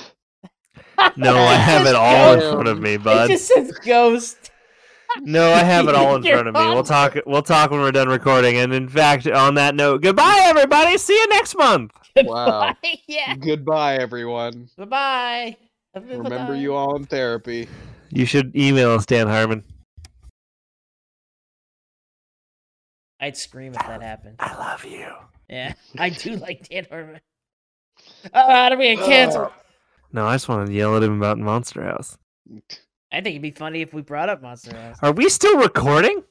[SPEAKER 3] No, I have it all in front of
[SPEAKER 1] Damn.
[SPEAKER 3] me,
[SPEAKER 2] It
[SPEAKER 3] bud.
[SPEAKER 2] just says ghost.
[SPEAKER 3] No, I have it all in
[SPEAKER 2] You're
[SPEAKER 3] front of me. We'll
[SPEAKER 2] on-
[SPEAKER 3] talk. We'll talk when we're done recording. And in fact, on that note, goodbye, everybody. See you next month. Oh.
[SPEAKER 1] Wow.
[SPEAKER 2] yeah.
[SPEAKER 1] Goodbye, everyone.
[SPEAKER 2] Bye bye.
[SPEAKER 1] Remember you all in therapy.
[SPEAKER 3] You should email us, Dan Harmon.
[SPEAKER 2] I'd scream if that happened.
[SPEAKER 3] I love you.
[SPEAKER 2] Yeah, I do like Dan Harmon. Oh, how do we get canceled?
[SPEAKER 3] No, I just want to yell at him about Monster House.
[SPEAKER 2] I think it'd be funny if we brought up Monster House.
[SPEAKER 3] Are we still recording?